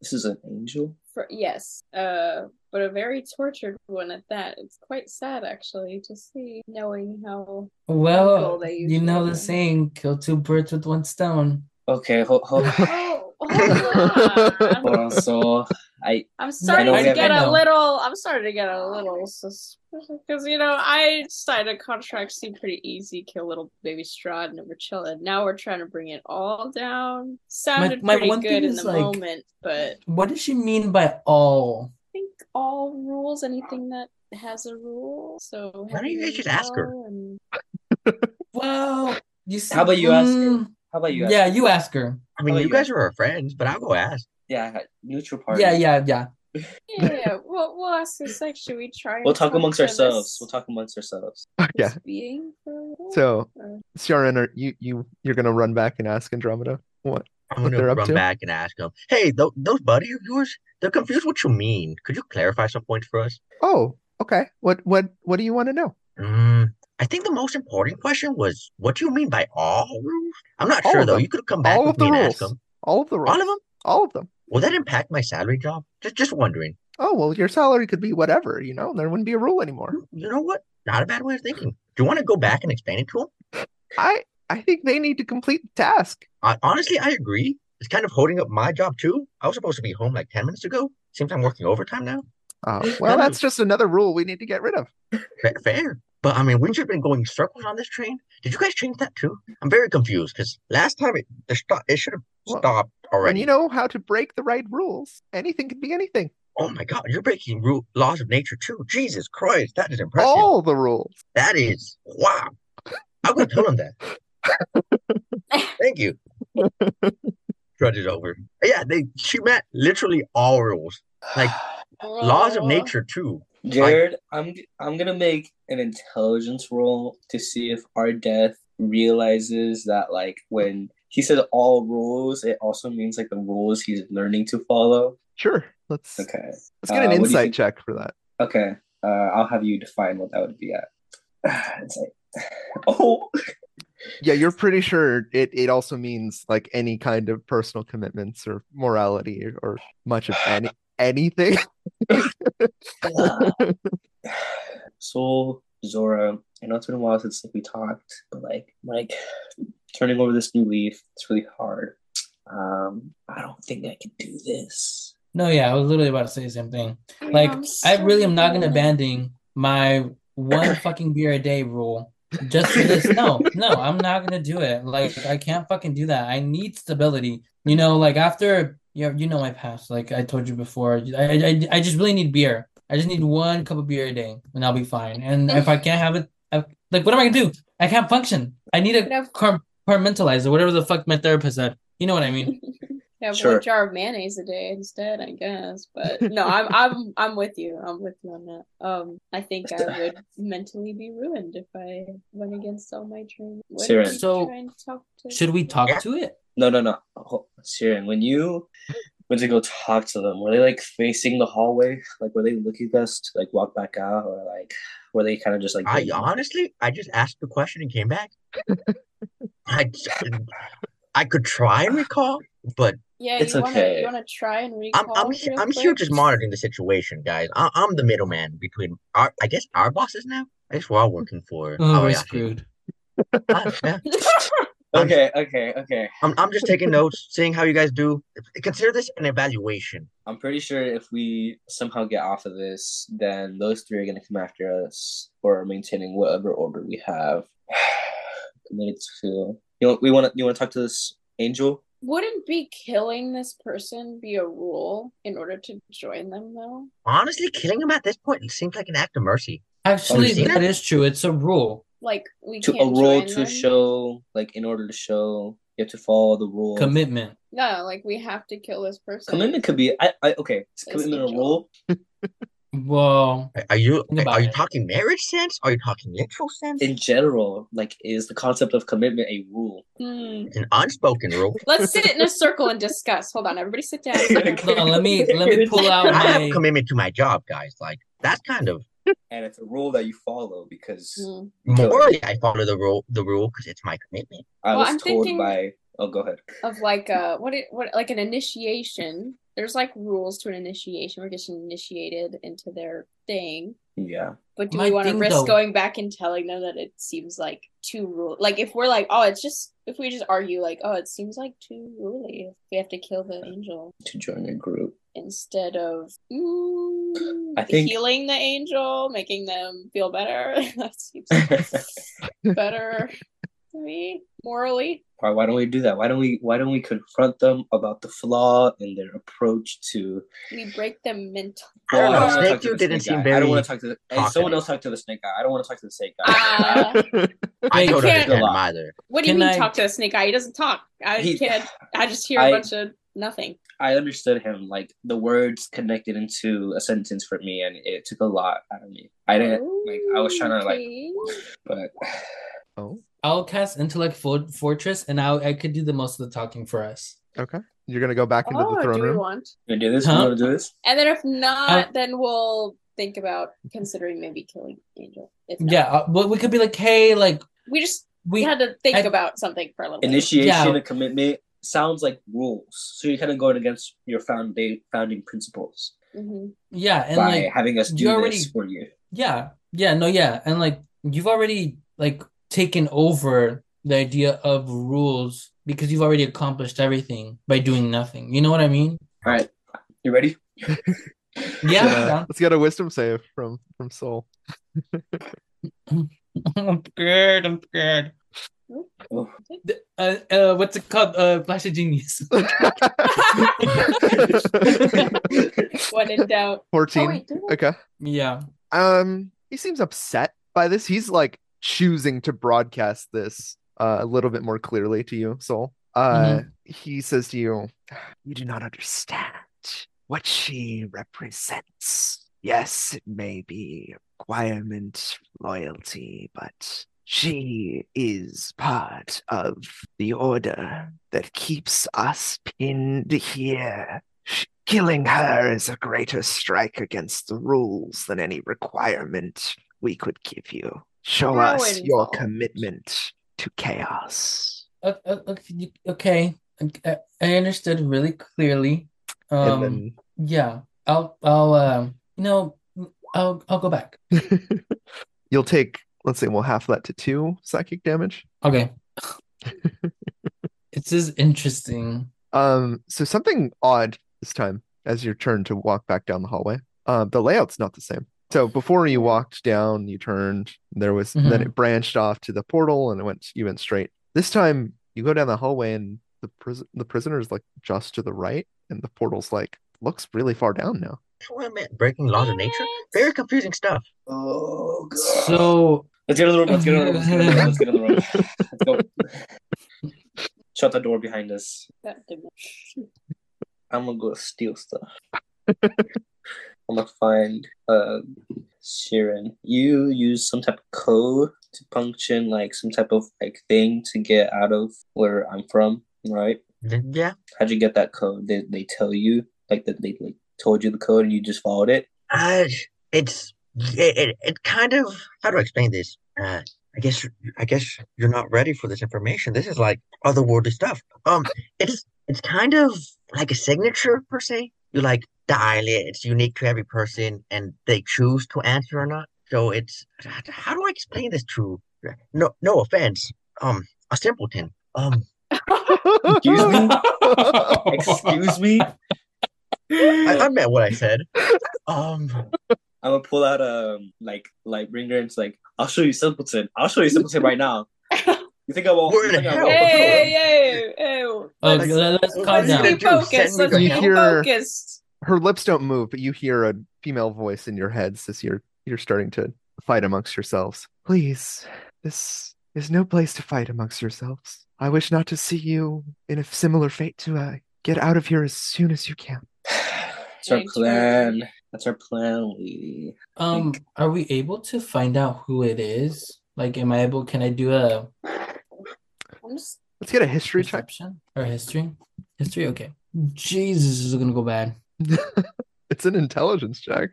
this is an angel.
For, yes, uh, but a very tortured one at that. It's quite sad actually to see, knowing how.
Well,
Uncle that you
you know
killed
the
him.
saying, kill two birds with one stone.
Okay, hold, hold,
Oh, hold on.
hold on, Zora. I
I'm starting
I
to
know.
get
I
a
know.
little. I'm starting to get a little suspicious because you know I signed a contract seemed pretty easy, kill little baby Strahd, and we're chilling. Now we're trying to bring it all down. Sounded
my
pretty
one thing
good in
is,
the
like-
moment, but
What does she mean by all?
I think all rules anything that has a rule. So
Why don't you guys just ask her?
Halo and-
Well, you see,
How about you ask her? how about you?
yeah, you ask her.
I mean,
Oh,
you
you
guys are our friends, but I'll go ask.
yeah, I- neutral party.
Yeah, yeah, yeah.
yeah, we'll we'll ask her. Like, should we try?
We'll
and
talk amongst
to
ourselves.
this-
We'll talk amongst ourselves.
yeah
this Being for a little?
so
Or-
CRN, are you you you're gonna run back and ask Andromeda what?
I'm
What
gonna
they're up
run
to?
back and ask them. Hey, tho- those buddies of yours, they're confused what you mean. Could you clarify some points for us?
Oh, okay. What what what do you want to know?
Mm, I think the most important question was, what do you mean by all rules? I'm not
All
sure
of
though.
them.
You could come back
All
with
of the
me and ask
rules.
them.
All of the
All of
roles.
them?
All of them.
Will that impact my salary job? Just, just wondering.
Oh well, your salary could be whatever. You know, there wouldn't be a rule anymore.
You know what? Not a bad way of thinking. Do you want to go back and explain it to them? Mm-hmm.
I I think they need to complete the task.
I, honestly, I agree. It's kind of holding up my job too. I was supposed to be home like 10 minutes ago. Seems I'm working overtime now.
Uh, well,
No.
that's just another rule we need to get rid of.
Fa- Fair. But I mean, wouldn't you have been going circles on this train? Did you guys change that too? I'm very confused because last time it the stop it should have
Well,
stopped
When
already.
you know how to break the right rules, anything can be anything.
oh my god, you're breaking rule, laws of nature too. Jesus Christ, that is impressive.
All the rules.
That is wow. I'll go tell him that. Thank you. Trudge it over. Yeah, they she meant literally all rules, like laws of
Oh.
nature too.
Jared, I'm I'm gonna make an intelligence roll to see if our death realizes that like when he said all rules, it also means like the rules he's learning to follow.
Sure. Let's
Okay.
let's get an
Uh, what do you
insight
think-
check for that.
Okay. Uh, I'll have you define what that would be at. It's like, oh,
Yeah, you're pretty sure it, it also means like any kind of personal commitments or morality or, or much of any anything.
so Zora. I know it's been a while since like, we talked, but like like turning over this new leaf, it's really hard. Um, I don't think I can do this.
No, yeah, I was literally about to say the same thing. Like, I really am not gonna abandoning my one fucking beer a day rule just for this. No, no, I'm not gonna do it. Like, I can't fucking do that. I need stability. You know, like after you know, you know my past. Like I told you before, I, I I just really need beer. I just need one cup of beer a day, and I'll be fine. And if I can't have it, I, like, what am I gonna do? I can't function. I need
Could
a
have-
compartmentalizer, whatever the fuck my therapist said. You know what I mean?
Have
Sure.
one jar of mayonnaise a day instead, I guess. But no, I'm I'm I'm with you. I'm with you on that. Um, I think I would mentally be ruined if I went against all my dreams. What are
Sarah.
you
So,
trying to talk to?
Should we talk
Yeah.
to it?
No, no, no. Oh, Sharon, when you went to go talk to them, were they like facing the hallway? Like, were they looking at us to like walk back out, or like were they kind of just like?
I honestly, I just asked the question and came back. I, I could try and recall, but
Yeah,
It's
you wanna
okay.
you wanna try and
I'm
recall?
I'm he-
real
I'm here
quick?
just monitoring the situation, guys. I, I'm the middleman between our, I guess, our bosses now. I guess we're all working for
Oh, we're
Aoyama.
screwed.
I- yeah.
okay, okay, okay.
I'm I'm just taking notes, seeing how you guys do. Consider this an evaluation.
I'm pretty sure if we somehow get off of this, then those three are gonna come after us for maintaining whatever order we have. I need to feel. You know, we want to. You want to talk to this angel?
Wouldn't be killing this person be a rule in order to join them though?
Honestly, killing him at this point seems like an act of mercy.
Actually,
seen
that
it?
is true. It's a rule.
Like we
To a
can't
rule
join
to
them?
show, like in order to show, you have to follow the rule.
Commitment.
No, like we have to kill this person.
Commitment could be. I. I okay. Is
It's
commitment a
angel.
rule?
Well,
Are- Are you
Think about
are you
it.
talking marriage sense? Are you talking literal sense?
in general, like, is the concept of commitment a rule?
Hmm.
An unspoken rule.
Let's sit in a circle and discuss. Hold on, everybody sit down. Sit down.
hold on, let me let me pull out
I have
my
commitment to my job, guys. Like that's kind of
And it's a rule that you follow because
Hmm.
morally, I follow the rule the rule because it's my commitment.
I
Well,
was
I'm
told
thinking-
by. Oh, go ahead.
Of like uh what it what like an initiation. There's like rules to an initiation. We're getting initiated into their thing.
Yeah.
But do
My
we want to
thing,
risk
though-
going back and telling them that it seems like too rule? Like if we're like, oh, it's just if we just argue like, oh, it seems like too ruly. If we have to kill the angel
To join a group.
instead of mm,
I think-
healing the angel, making them feel better. that seems better to me morally.
Why, why don't we do that? Why don't we? Why don't we confront them about the flaw in their approach to?
We break them mental.
I don't
Well,
know.
wanna
Snake
talk to
dude
the
didn't
snake
seem
guy. I don't
very
want to talk to. The, hey, someone
talkative.
else talk to the snake guy. I don't want to talk to the snake guy.
Ah.
I
Wait,
don't
I can't-
understand
Good
him
luck.
either.
what do you
Can
mean
I-
talk to the snake guy? He doesn't talk. I
He-
can't. I just hear a
I-
bunch of nothing.
I understood him. Like the words connected into a sentence for me, and it took a lot out of me. I didn't like. I was trying to like,
Okay.
but
Oh,
I'll cast Intellect Fo- Fortress, and I I could do the most of the talking for us.
okay. You're gonna go back into
Oh,
the throne
do we
room.
want?
you gonna do this?
Huh?
You want to do this?
And then if
Uh,
not, then we'll think about considering maybe killing Angel. If not.
Yeah, uh, well, we could be like, hey, like
we just
we
had to think
I-
about something for a little bit.
Initiation
Yeah.
and commitment sounds like rules, so you're kind of going against your founding founding principles
Mhm.
yeah, and
by
like
having us
you
do
already-
this for you.
yeah, yeah, no, yeah, and like you've already like taken over the idea of rules because you've already accomplished everything by doing nothing. You know what I mean?
All right, you ready?
Yeah.
Uh, let's get a wisdom save from from Soul.
I'm scared. I'm scared.
Oh.
The- Uh, uh, what's it called? Uh, Flash of Genius.
When in doubt. Oh,
Fourteen.
wait, did I-
Okay.
yeah.
Um, he seems upset by this. He's like choosing to broadcast this uh, a little bit more clearly to you, Soul. Uh, he says to you,
You do not understand what she represents. Yes, it may be requirement, loyalty, but she is part of the order that keeps us pinned here. Sh- Killing her is a greater strike against the rules than any requirement we could give you. Show us
Rowan
your
Salt.
commitment to chaos.
O- o- o- you- Okay. I I understood really clearly.
and
Um,
then
yeah. I'll I'll um you know I'll I'll go back.
You'll take, let's say, we'll half that to two psychic damage.
Okay. this is interesting.
Um, so something odd this time as your turn to walk back down the hallway. Uh, the layout's not the same. So before you walked down, you turned. There was then
Mhm.
it branched off to the portal, and it went. You went straight. This time, you go down the hallway, and the prison the prisoner's like just to the right, and the portal's like looks really far down now.
That's what I meant. Breaking laws of nature? Very confusing stuff.
Oh god.
So
let's get in the room. Let's get in the room. Let's get in the room. Let's get in the room. Let's go. Shut the door behind us.
That didn't-
I'm gonna go steal stuff. I'm gonna find uh Sheeran. You use some type of code to puncture like some type of like thing to get out of where I'm from, right?
Then- Yeah.
How'd you get that code? Did they tell you like that they like told you the code and you just followed it?
Uh, it's it, it, it kind of how do I explain this? Uh, I guess I guess you're not ready for this information. This is like otherworldly stuff. Um, it's it's kind of like a signature per se. You like dial it. It's unique to every person, and they choose to answer or not. So it's how do I explain this to? No, no offense. Um, a simpleton. Um,
Excuse me? Excuse me?
I, I meant what I said. Um,
I'm gonna pull out um like light bringer and it's like, I'll show you simpleton. I'll show you simpleton right now. You think I won't?
Where
you
the
think I
hell?
won't?
Hey, hey, hey.
Oh, let- let's
What
calm
is
down.
it gonna
Let's be
do? Send
focused. Let's
me the
be
hell?
Here-
focused.
Her lips don't move, but you hear a female voice in your heads as you're you're starting to fight amongst yourselves. Please, this is no place to fight amongst yourselves. I wish not to see you in a similar fate to I. Get out of here as soon as you can.
That's our
Thanks,
plan. That's our plan, lady.
Um, are we able to find out who it is? Like, am I able? Can I do a
I'm just
Let's get a history check.
perception or history? History, okay. Jesus, this is gonna go bad.
It's an intelligence check.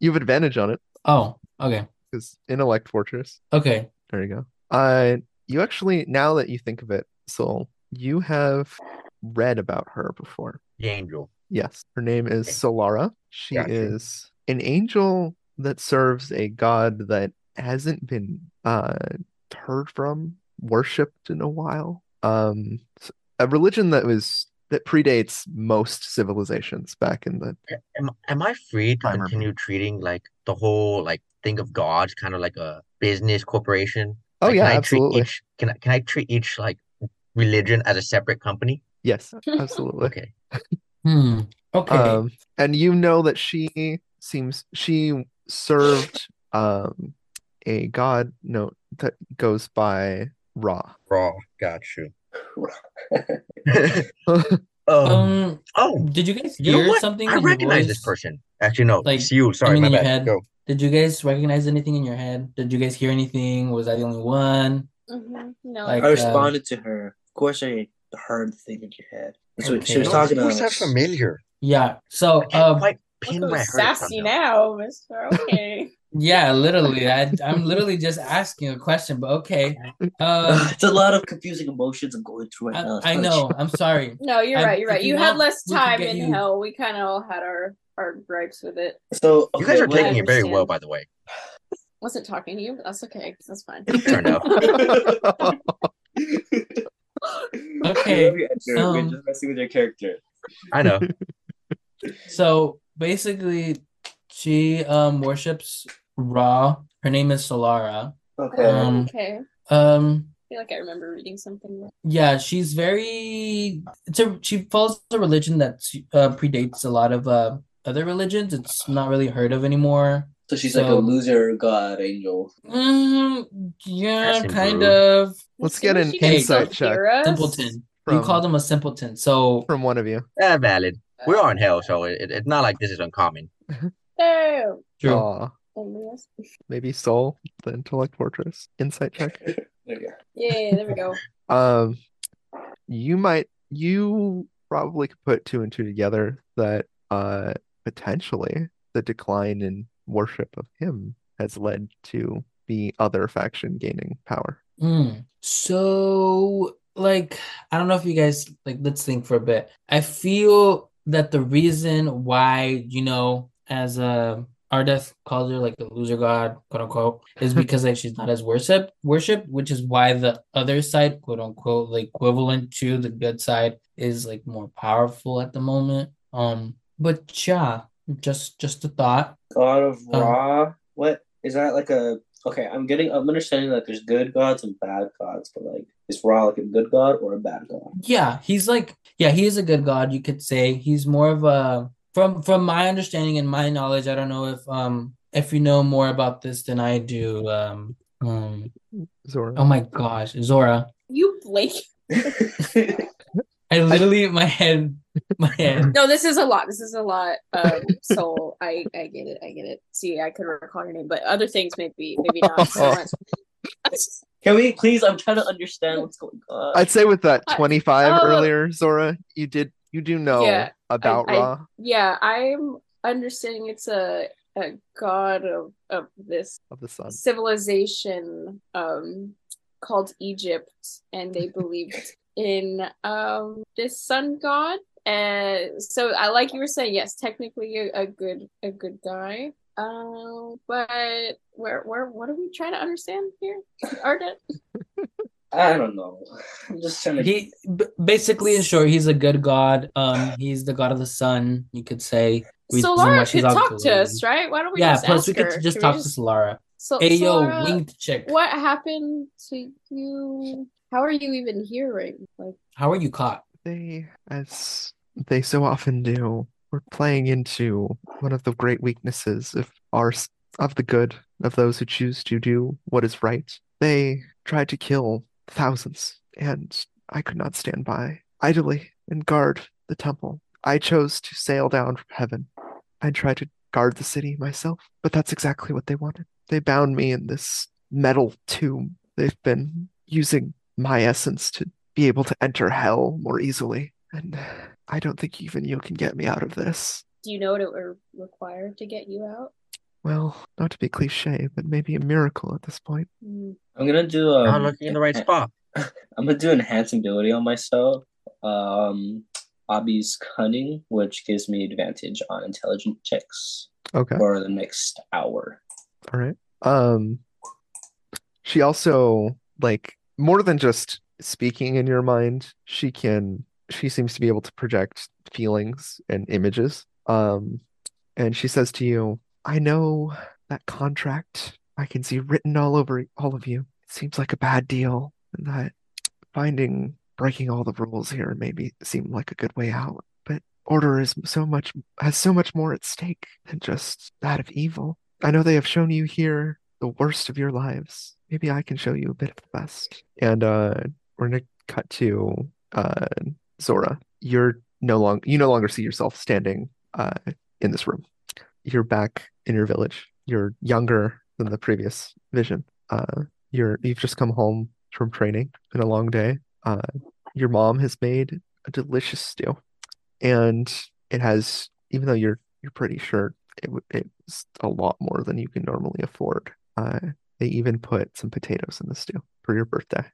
You have advantage on it
Oh, okay,
because intellect fortress.
okay.
There you go. Uh, you actually now that you think of it, Soul, you have read about her before.
the angel.
Yes, her name is Solara. She
Gotcha.
is an angel that serves a god that hasn't been uh, heard from, worshipped in a while. Um, s- a religion that was that predates most civilizations back in the.
Am am I free to
Timer.
continue treating like the whole like thing of gods kind of like a business corporation?
Oh
Like,
yeah,
can I treat
absolutely.
each can I can I treat each like religion as a separate company?
Yes, absolutely.
Okay.
Hmm. Okay.
Um, and you know that she seems she served um a god note that goes by Ra.
Raw, got you. Um,
Um,
oh,
did you guys
you know
hear
what?
something
I
in your
recognize this
voice?
person. Actually, no,
Like,
it's you. Sorry,
mean,
my
in your
bad.
head.
Go.
Did you guys recognize anything in your head? Did you guys hear anything? Was I the only one?
Mhm. No.
Like,
I
uh,
responded to her. Of course, I heard the thing in your head. That's what she
Okay.
was
No,
talking
this voice
to
sounds
us.
familiar.
Yeah. So,
I can't
um,
Look
quite pin
who's
where I heard it from,
sassy
though.
now, Mister. Okay.
yeah, literally, I I'm literally just asking a question, but okay. Um,
Ugh, it's a lot of confusing emotions I'm going through right now. It's
I, I
kinda
know. I'm sorry.
No, you're
I-
right. You're
if
right.
you
You, had
want,
less
we could
time
get
in
you-
hell. We kind of all had our our gripes with it.
sh- So
You guys
okay,
are
what-
taking it very well,
understand.
by the way.
Wasn't talking to you, but that's okay. That's fine.
Fair enough.
Okay,
We love you, Edgar. We're
um,
just messing with your character.
I know.
So basically, she um worships Ra. Her name is Solara.
Okay.
Um,
okay. I
Um,
feel like I remember reading something.
yeah, she's very. It's a, she follows a religion that uh, predates a lot of uh, other religions. It's not really heard of anymore.
so she's like
so-
a loser god angel.
Mm, yeah,
Fashion
kind
guru.
of
Let's
Soon
get
as
an
she gets to
insight check
hear us-
simpleton. You
From-
called him a simpleton. So
from one of you.
Eh, valid. We are in hell, so it, it's not like this is uncommon.
Oh,
true.
Aw,
only us.
Uh, maybe Soul, the intellect fortress. Insight check.
There you go.
Yeah, there we go.
Um, you might you probably could put two and two together that uh potentially the decline in worship of him has led to the other faction gaining power.
Mm. So, like, I don't know if you guys like let's think for a bit. I feel that the reason why, you know, as a Ardeth calls her like the loser god, quote unquote, is because like she's not as worship worshipped, which is why the other side, quote unquote, the equivalent to the good side is like more powerful at the moment. Um, but yeah, just just a thought.
God of
Uh-huh.
Um,
Ra. What is that like a? Okay, I'm getting. I'm understanding that there's good gods and bad gods, but like, is Ra like a good god or a bad god?
Yeah, he's like yeah, he is a good god, you could say. He's more of a from from my understanding and my knowledge, I don't know if um if you know more about this than I do. Um um
Zora.
oh my gosh, Zora.
You Blake.
I literally my head my head.
No, this is a lot. This is a lot. Um, so I, I get it. I get it. See, I couldn't recall your name, but other things maybe, maybe not so much.
Can we please? I'm trying to understand what's going on.
I'd say with that
I-
25
oh.
earlier, Zora, you did you do know
Yeah,
about
I- I-
Ra.
Yeah, I'm understanding it's a a god of of this
of the sun.
civilization um called Egypt and they believed in um this sun god and so I like you were saying yes technically a, a good a good guy um but where where what are we trying to understand here Arda
I don't know. I'm just trying to.
He b- basically in short, he's a good god. Um he's the god of the sun, you could say. Reason
so
why
Laura
she's
could talk to
obsolete.
us right why don't we
Yeah,
just
plus
ask
we
her?
could just
Can we
talk to
just-
Solara.
so,
Hey yo,
Solara,
winged chick.
what happened to you how are you even hearing like
How are you caught?
They, as they so often do, were playing into one of the great weaknesses of ours, of the good, of those who choose to do what is right. They tried to kill thousands, and I could not stand by idly and guard the temple. I chose to sail down from heaven and try to guard the city myself, but that's exactly what they wanted. They bound me in this metal tomb. They've been using my essence to be able to enter hell more easily. And I don't think even you can get me out of this.
do you know what it were required to get you out
Well, not to be cliche, but maybe a miracle at this point.
Mm.
I'm gonna do.
Not
Um,
looking in the
eh,
right spot.
I'm gonna do enhance ability on myself. Um, Abby's cunning, which gives me advantage on intelligent checks
Okay.
for the next hour.
All right. Um she also like more than just speaking in your mind, she can she seems to be able to project feelings and images. Um and she says to you, "I know that contract. I can see written all over all of you. It seems like a bad deal and that finding breaking all the rules here maybe seem like a good way out, but order is so much has so much more at stake than just that of evil. I know they have shown you here the worst of your lives. Maybe I can show you a bit of the best. And uh, we're gonna cut to uh, Zora. You're no longer you no longer see yourself standing uh, in this room. You're back in your village. You're younger than the previous vision. Uh, you're you've just come home from training in a long day. Uh, your mom has made a delicious stew, and it has even though you're you're pretty sure it, w- it's a lot more than you can normally afford. Uh, they even put some potatoes in the stew for your birthday.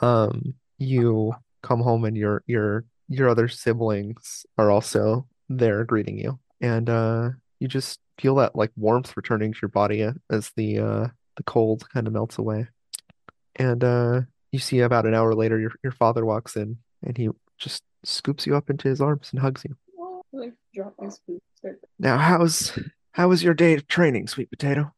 Um, you come home and your your your other siblings are also there greeting you, and uh, you just feel that like warmth returning to your body a- as the uh, the cold kind of melts away. And uh, you see about an hour later, your your father walks in and he just scoops you up into his arms and hugs you.
Oh, I dropped my spoon. Sorry.
Now, how's how was your day of training, sweet potato?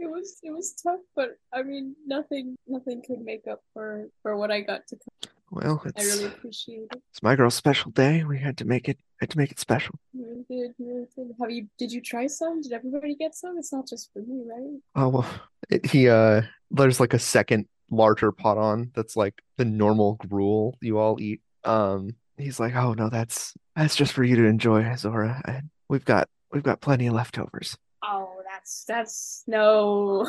It was it was tough, but I mean nothing nothing could make up for for what I got to come.
Well,
I
it's
really appreciate it.
it's my girl's special day. We had to make it had to make it special.
You really did, you really did. Have you did you try some? Did everybody get some? It's not just for me, right?
Oh well, it, he uh, there's like a second larger pot on that's like the normal gruel you all eat. Um, he's like, oh no, that's that's just for you to enjoy, Zora. And we've got we've got plenty of leftovers.
Oh, that's that's no,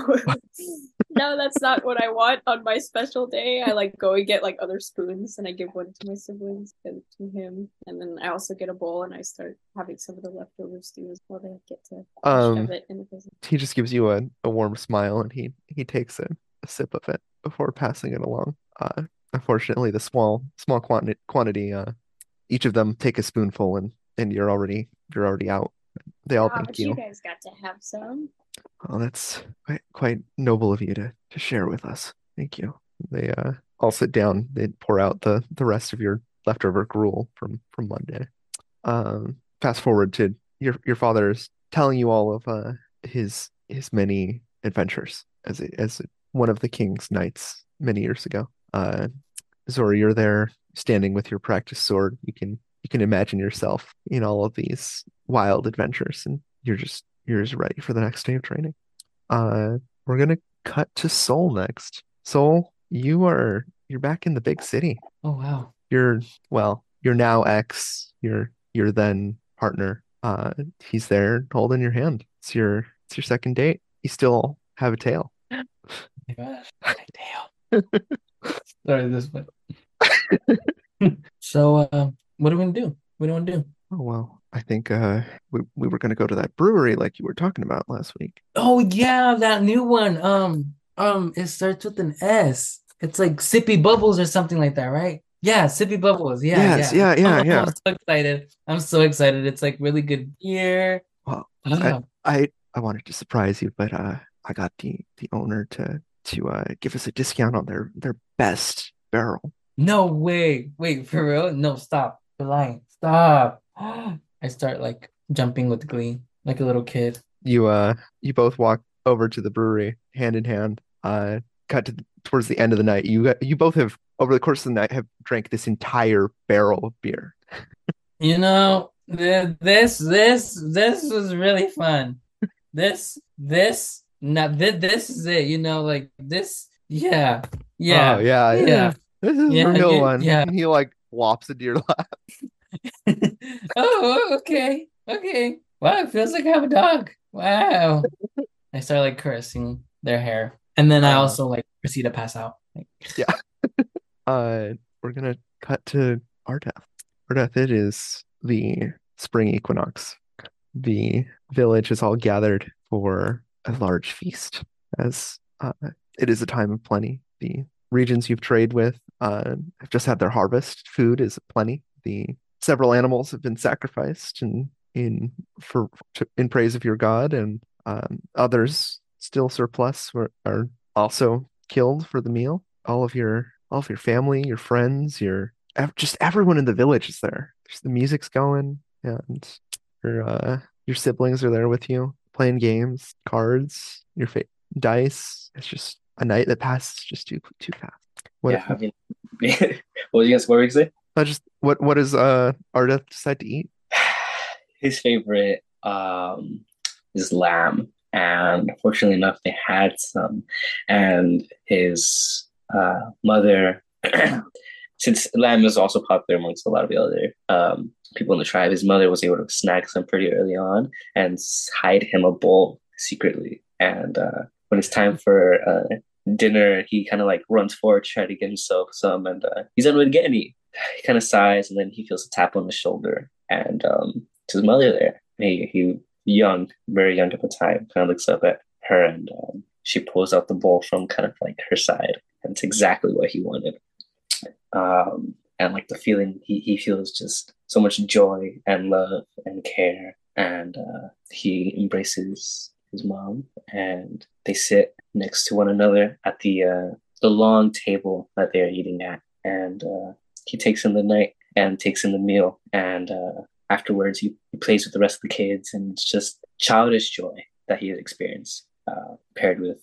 no, that's not what I want on my special day. I like go and get like other spoons, and I give one to my siblings and to him, and then I also get a bowl, and I start having some of the leftovers too as well. They get to
Um,
shove it in the business.
he just gives you a, a warm smile and he he takes a, a sip of it before passing it along. Uh, unfortunately, the small small quantity quantity uh, each of them take a spoonful and and you're already you're already out. They all
Ah,
thank
but
you.
you guys got to have some.
Oh, that's quite, quite noble of you to, to share with us. Thank you. They uh, all sit down. They pour out the, the rest of your leftover gruel from, from Monday. Um, fast forward to your your father's telling you all of uh, his his many adventures as a, as one of the king's knights many years ago. Uh, Zora, you're there standing with your practice sword. You can you can imagine yourself in all of these wild adventures, and you're just you're just ready for the next day of training. Uh, we're gonna cut to Seoul next. Seoul, you are you're back in the big city.
Oh wow.
You're well, you're now ex. Your your then partner. Uh, he's there holding your hand. It's your it's your second date. You still have a tail.
Oh my gosh. Damn. Sorry, this one. so um, what do we do? What do we do?
Oh well, I think uh we we were gonna go to that brewery like you were talking about last week.
Oh yeah, that new one. Um, um, it starts with an S. It's like Sippy Bubbles or something like that, right? Yeah, Sippy Bubbles. Yeah,
Yes, yeah, yeah,
Oh,
yeah.
I'm so excited. I'm so excited. It's like really good beer.
Well,
Yeah.
I I wanted to surprise you, but uh I got the the owner to to uh give us a discount on their their best barrel.
No way. Wait, for real? No, stop. You're lying. Stop. I start like jumping with glee, like a little kid.
You uh you both walk over to the brewery hand in hand. Uh cut to the, towards the end of the night. You got, you both have over the course of the night have drank this entire barrel of beer.
You know, th- this this this was really fun. This this not th- this is it, you know, like this yeah.
Oh
Yeah.
yeah,
Yeah.
This is
Yeah,
the real
you-
one.
yeah.
And he like whops into your lap.
Oh, okay. Okay. Wow, it feels like I have a dog. Wow. I start like caressing their hair. And then I
Uh.
also like proceed to pass out. Like,
Uh, we're gonna cut to Ardath. Ardath, it is the spring equinox. The village is all gathered for a large feast, as uh, it is a time of plenty. The regions you've traded with uh, have just had their harvest. Food is plenty. The several animals have been sacrificed and in for to, in praise of your god, and um, others still surplus were, are also killed for the meal. All of your all of your family, your friends, your ev- just everyone in the village is there. Just the music's going, and your uh, your siblings are there with you playing games, cards, your fa- dice. It's just a night that passes just too too fast. What
yeah, I mean, what you guys, what were you gonna say?
I just what what does uh Arda decide to eat?
His favorite um is lamb, and fortunately enough, they had some. And his uh, mother, since lamb is also popular amongst a lot of the other um, people in the tribe, his mother was able to snag some pretty early on and s- hide him a bowl secretly. And uh, when it's time for uh, dinner, he kind of like runs forward to try to get himself some, and uh, he's unable to get any. He kind of sighs, and then he feels a tap on the shoulder, and um, it's his mother there. And He, he young, very young at the time, kind of looks up at her, and um, she pulls out the bowl from kind of like her side, and it's exactly what he wanted. Um, and like the feeling he, he feels just so much joy and love and care, and uh, he embraces his mom, and they sit next to one another at the uh, the long table that they're eating at, and uh, he takes in the night and takes in the meal, and uh, afterwards he, he plays with the rest of the kids, and it's just childish joy that he has experienced, uh, paired with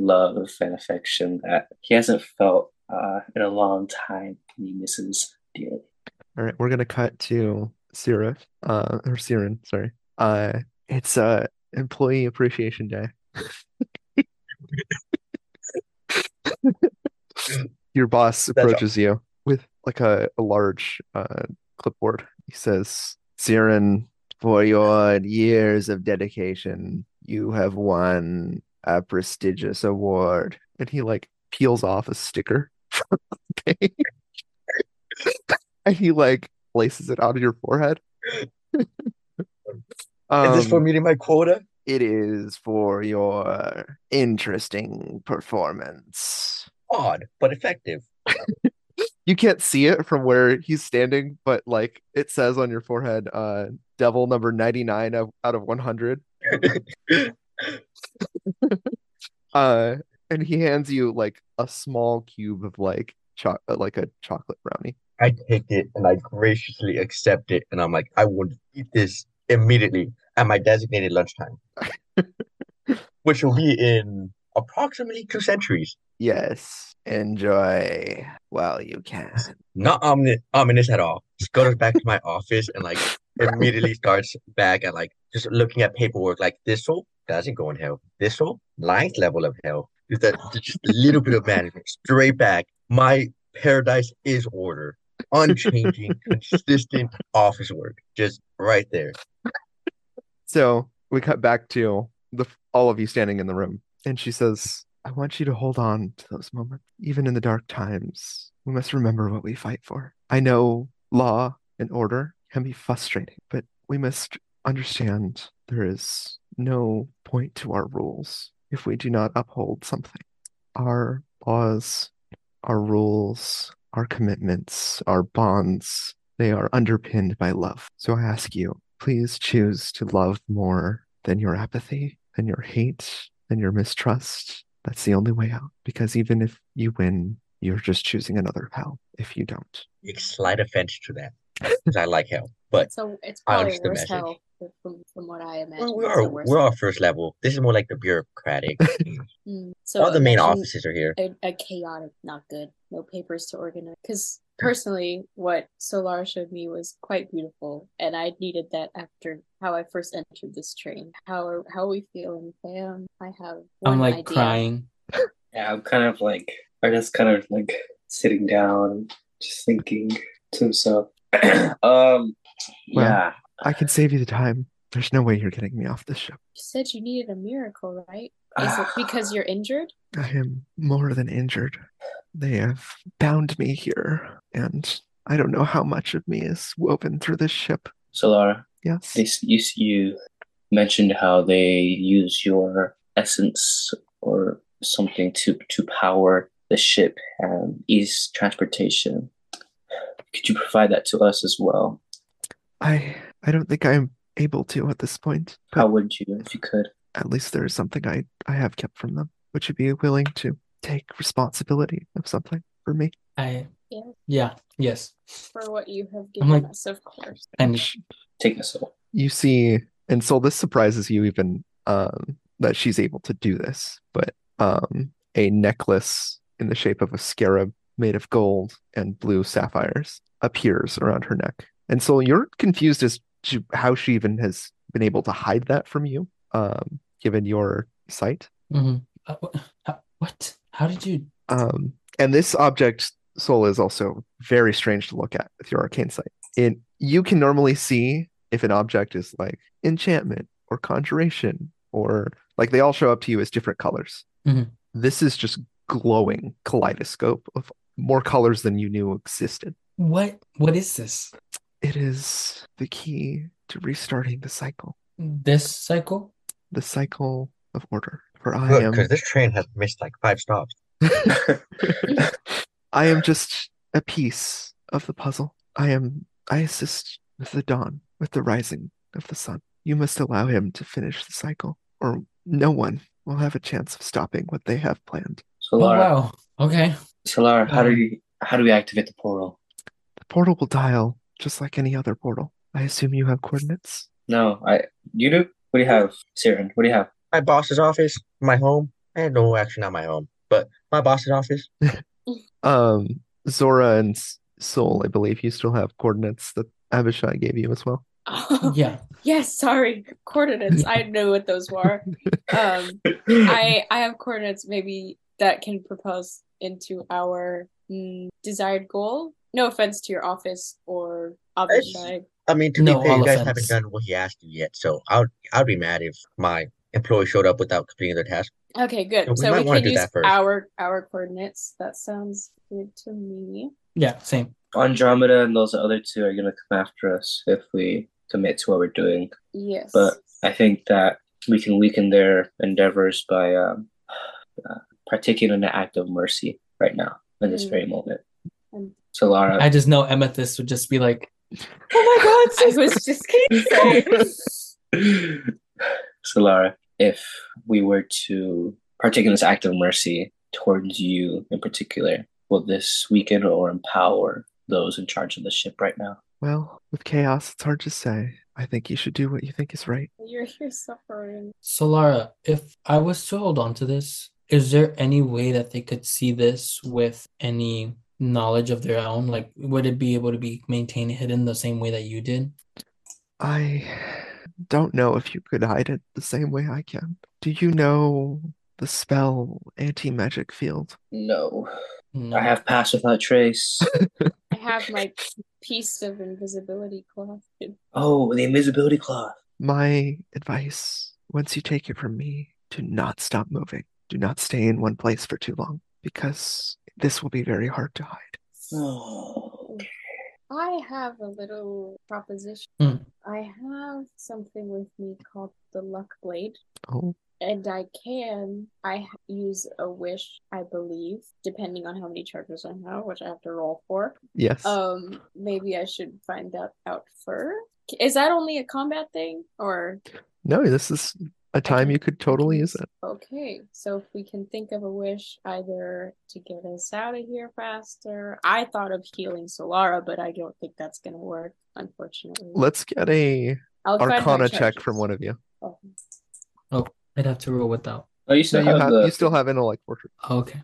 love and affection that he hasn't felt uh, in a long time, and he misses dearly.
All right, we're gonna cut to Sirif, uh or Siren, sorry. Uh it's uh employee appreciation day. Your boss
all.
approaches you with like a, a large uh clipboard. He says, Siren, for your years of dedication, you have won a prestigious award. And he like peels off a sticker from the page and he like places it onto your forehead.
Is this for
Um,
meeting my quota?
it is for your interesting performance.
Odd, but effective.
you can't see it from where he's standing, but like it says on your forehead, uh, devil number 99 of- out of 100. uh, and he hands you like a small cube of like cho- uh, like a chocolate brownie.
I take it and I graciously accept it, and I'm like, I will eat this immediately at my designated lunchtime, which will be in approximately two centuries.
Yes, enjoy while you can.
Not omin- ominous at all. Just goes back to my office and like immediately starts back at like just looking at paperwork. Like this soul doesn't go in hell. This soul ninth level of hell. Just a just a little bit of management straight back. My paradise is order, unchanging, consistent office work. Just right there.
So we cut back to the all of you standing in the room, and she says, "I want you to hold on to those moments, even in the dark times. We must remember what we fight for. I know law and order can be frustrating, but we must understand there is no point to our rules if we do not uphold something. Our laws, our rules, our commitments, our bonds." They are underpinned by love. So I ask you, Please choose to love more than your apathy, than your hate, than your mistrust. That's the only way out. Because even if you win, you're just choosing another hell if you don't.
Take slight offense to that. 'cause I like hell. But
so it's
I
probably
understand
worse
message.
hell from, from what I imagine.
we
it's
are
the worst
we're
hell.
all first level. This is more like the bureaucratic.
Mm. So
all the main
imagine-
offices are here.
a, a chaotic, not good. No papers to organize. Because personally, what Solar showed me was quite beautiful, and I needed that after how I first entered this train. How are how we feeling, fam? I have one
I'm like
idea.
crying.
Yeah, I'm kind of like Ernest, kind of like sitting down, and just thinking to himself. um, yeah,
I can save you the time. There's no way you're getting me off this ship.
You said you needed a miracle, right? Is it because you're injured?
I am more than injured. They have bound me here, and I don't know how much of me is woven through this ship.
so Laura,
Yes.
this you you mentioned how they use your essence or something to to power the ship and ease transportation. Could you provide that to us as well?
I I don't think I'm able to at this point.
How would you, if you could?
at least there is something I, I have kept from them. Would you be willing to take responsibility of something for me?
I
Yeah.
yeah yes.
For what you have
I'm
given
like-
us, of course.
And
Take us all.
You see, and so this surprises you even um, that she's able to do this, but um, a necklace in the shape of a scarab made of gold and blue sapphires appears around her neck. And so you're confused as to how she even has been able to hide that from you, um, given your sight.
mhm. Uh, wh- uh, what? How did you?
Um, and this object soul is also very strange to look at with your arcane sight. It you can normally see if an object is like enchantment or conjuration or like they all show up to you as different colors.
Mhm.
This is just glowing kaleidoscope of more colors than you knew existed.
What? What is this?
It is the key to restarting the cycle,
This cycle?
the cycle of order. For I
Good,
am
because this train has missed like five stops.
I am just a piece of the puzzle. I am I assist with the dawn, with the rising of the sun. You must allow him to finish the cycle, or no one will have a chance of stopping what they have planned.
So
Oh
Laura,
wow. Okay.
so Laura, how do
Um,
we how do we activate the portal?
The portal will dial just like any other portal. I assume you have coordinates.
No, I you do. What do you have, Siren? What do you have?
My boss's office, my home, and no, actually not my home, but my boss's office.
Um, Zora and S- Sol, I believe you still have coordinates that Abishai gave you as well.
Oh,
Yeah.
Yes, sorry. Coordinates. I knew what those were. Um I I have coordinates maybe that can propose into our mm, desired goal. No offense to your office or Abishai.
I mean, to
No,
be fair,
all
you guys
offense.
haven't done what he asked you yet, so I'll I'd be mad if my employee showed up without completing their task.
Okay,
Yeah,
good.
we
So
might
we
wanna
can
do
use
that first.
our our coordinates. That sounds good to me.
Yeah. Same.
Andromeda and those other two are gonna come after us if we commit to what we're doing.
Yes.
But I think that we can weaken their endeavors by um, uh, partaking in the act of mercy right now in this
Mm.
very moment.
I'm
to Lara.
I just know Amethyst would just be like,
Oh my god, I was just kidding.
so, Lara, if we were to partake in this act of mercy towards you in particular, will this weaken or empower those in charge of the ship right now?
Well, with chaos, it's hard to say. I think you should do what you think is right.
You're here suffering.
Solara, if I was to hold on to this, is there any way that they could see this with any knowledge of their own? Like, would it be able to be maintained hidden the same way that you did?
I don't know if you could hide it the same way I can. Do you know the spell anti magic field?
No.
No.
I have passed without trace.
I have my piece of invisibility cloth.
oh, the invisibility cloth.
My advice, once you take it from me, do not stop moving. Do not stay in one place for too long because this will be very hard to hide.
Oh.
I have a little proposition.
Hmm.
I have something with me called the Luck Blade.
Oh,
And I can, I ha- use a wish, I believe, depending on how many charges I have, which I have to roll for.
yes.
Um, maybe I should find that out first. Is that only a combat thing, or
no, this is a time you could totally use it.
okay? So if we can think of a wish, either to get us out of here faster. I thought of healing Solara, but I don't think that's gonna work, unfortunately.
Let's get a
I'll find my
Arcana check
charges.
from one of you.
Oh.
I'd have to roll without.
Oh, you still
No, you,
have,
have,
the.
you still have intellect portrait.
Okay.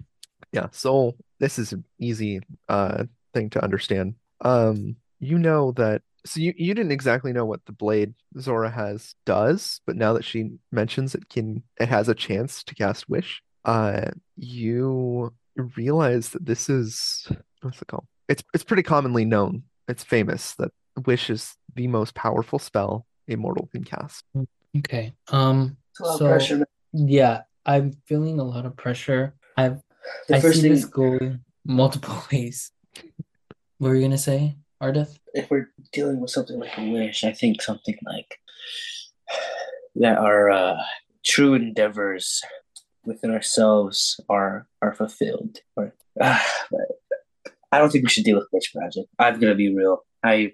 yeah so this is an easy uh thing to understand um you know that so you, you didn't exactly know what the blade zora has does but now that she mentions it can it has a chance to cast wish uh you realize that this is what's it called it's it's pretty commonly known it's famous that wish is the most powerful spell a mortal can cast
Okay. Um.
It's a lot of
So-
pressure, man.
Yeah, I'm feeling a lot of pressure. I've
The
I
first
see
thing,
this going multiple ways. What were you gonna say, Ardeth?
if we're dealing with something like a wish, I think something like that our uh, true endeavors within ourselves are are fulfilled. Or, I don't think we should deal with witch magic. I'm gonna be real. I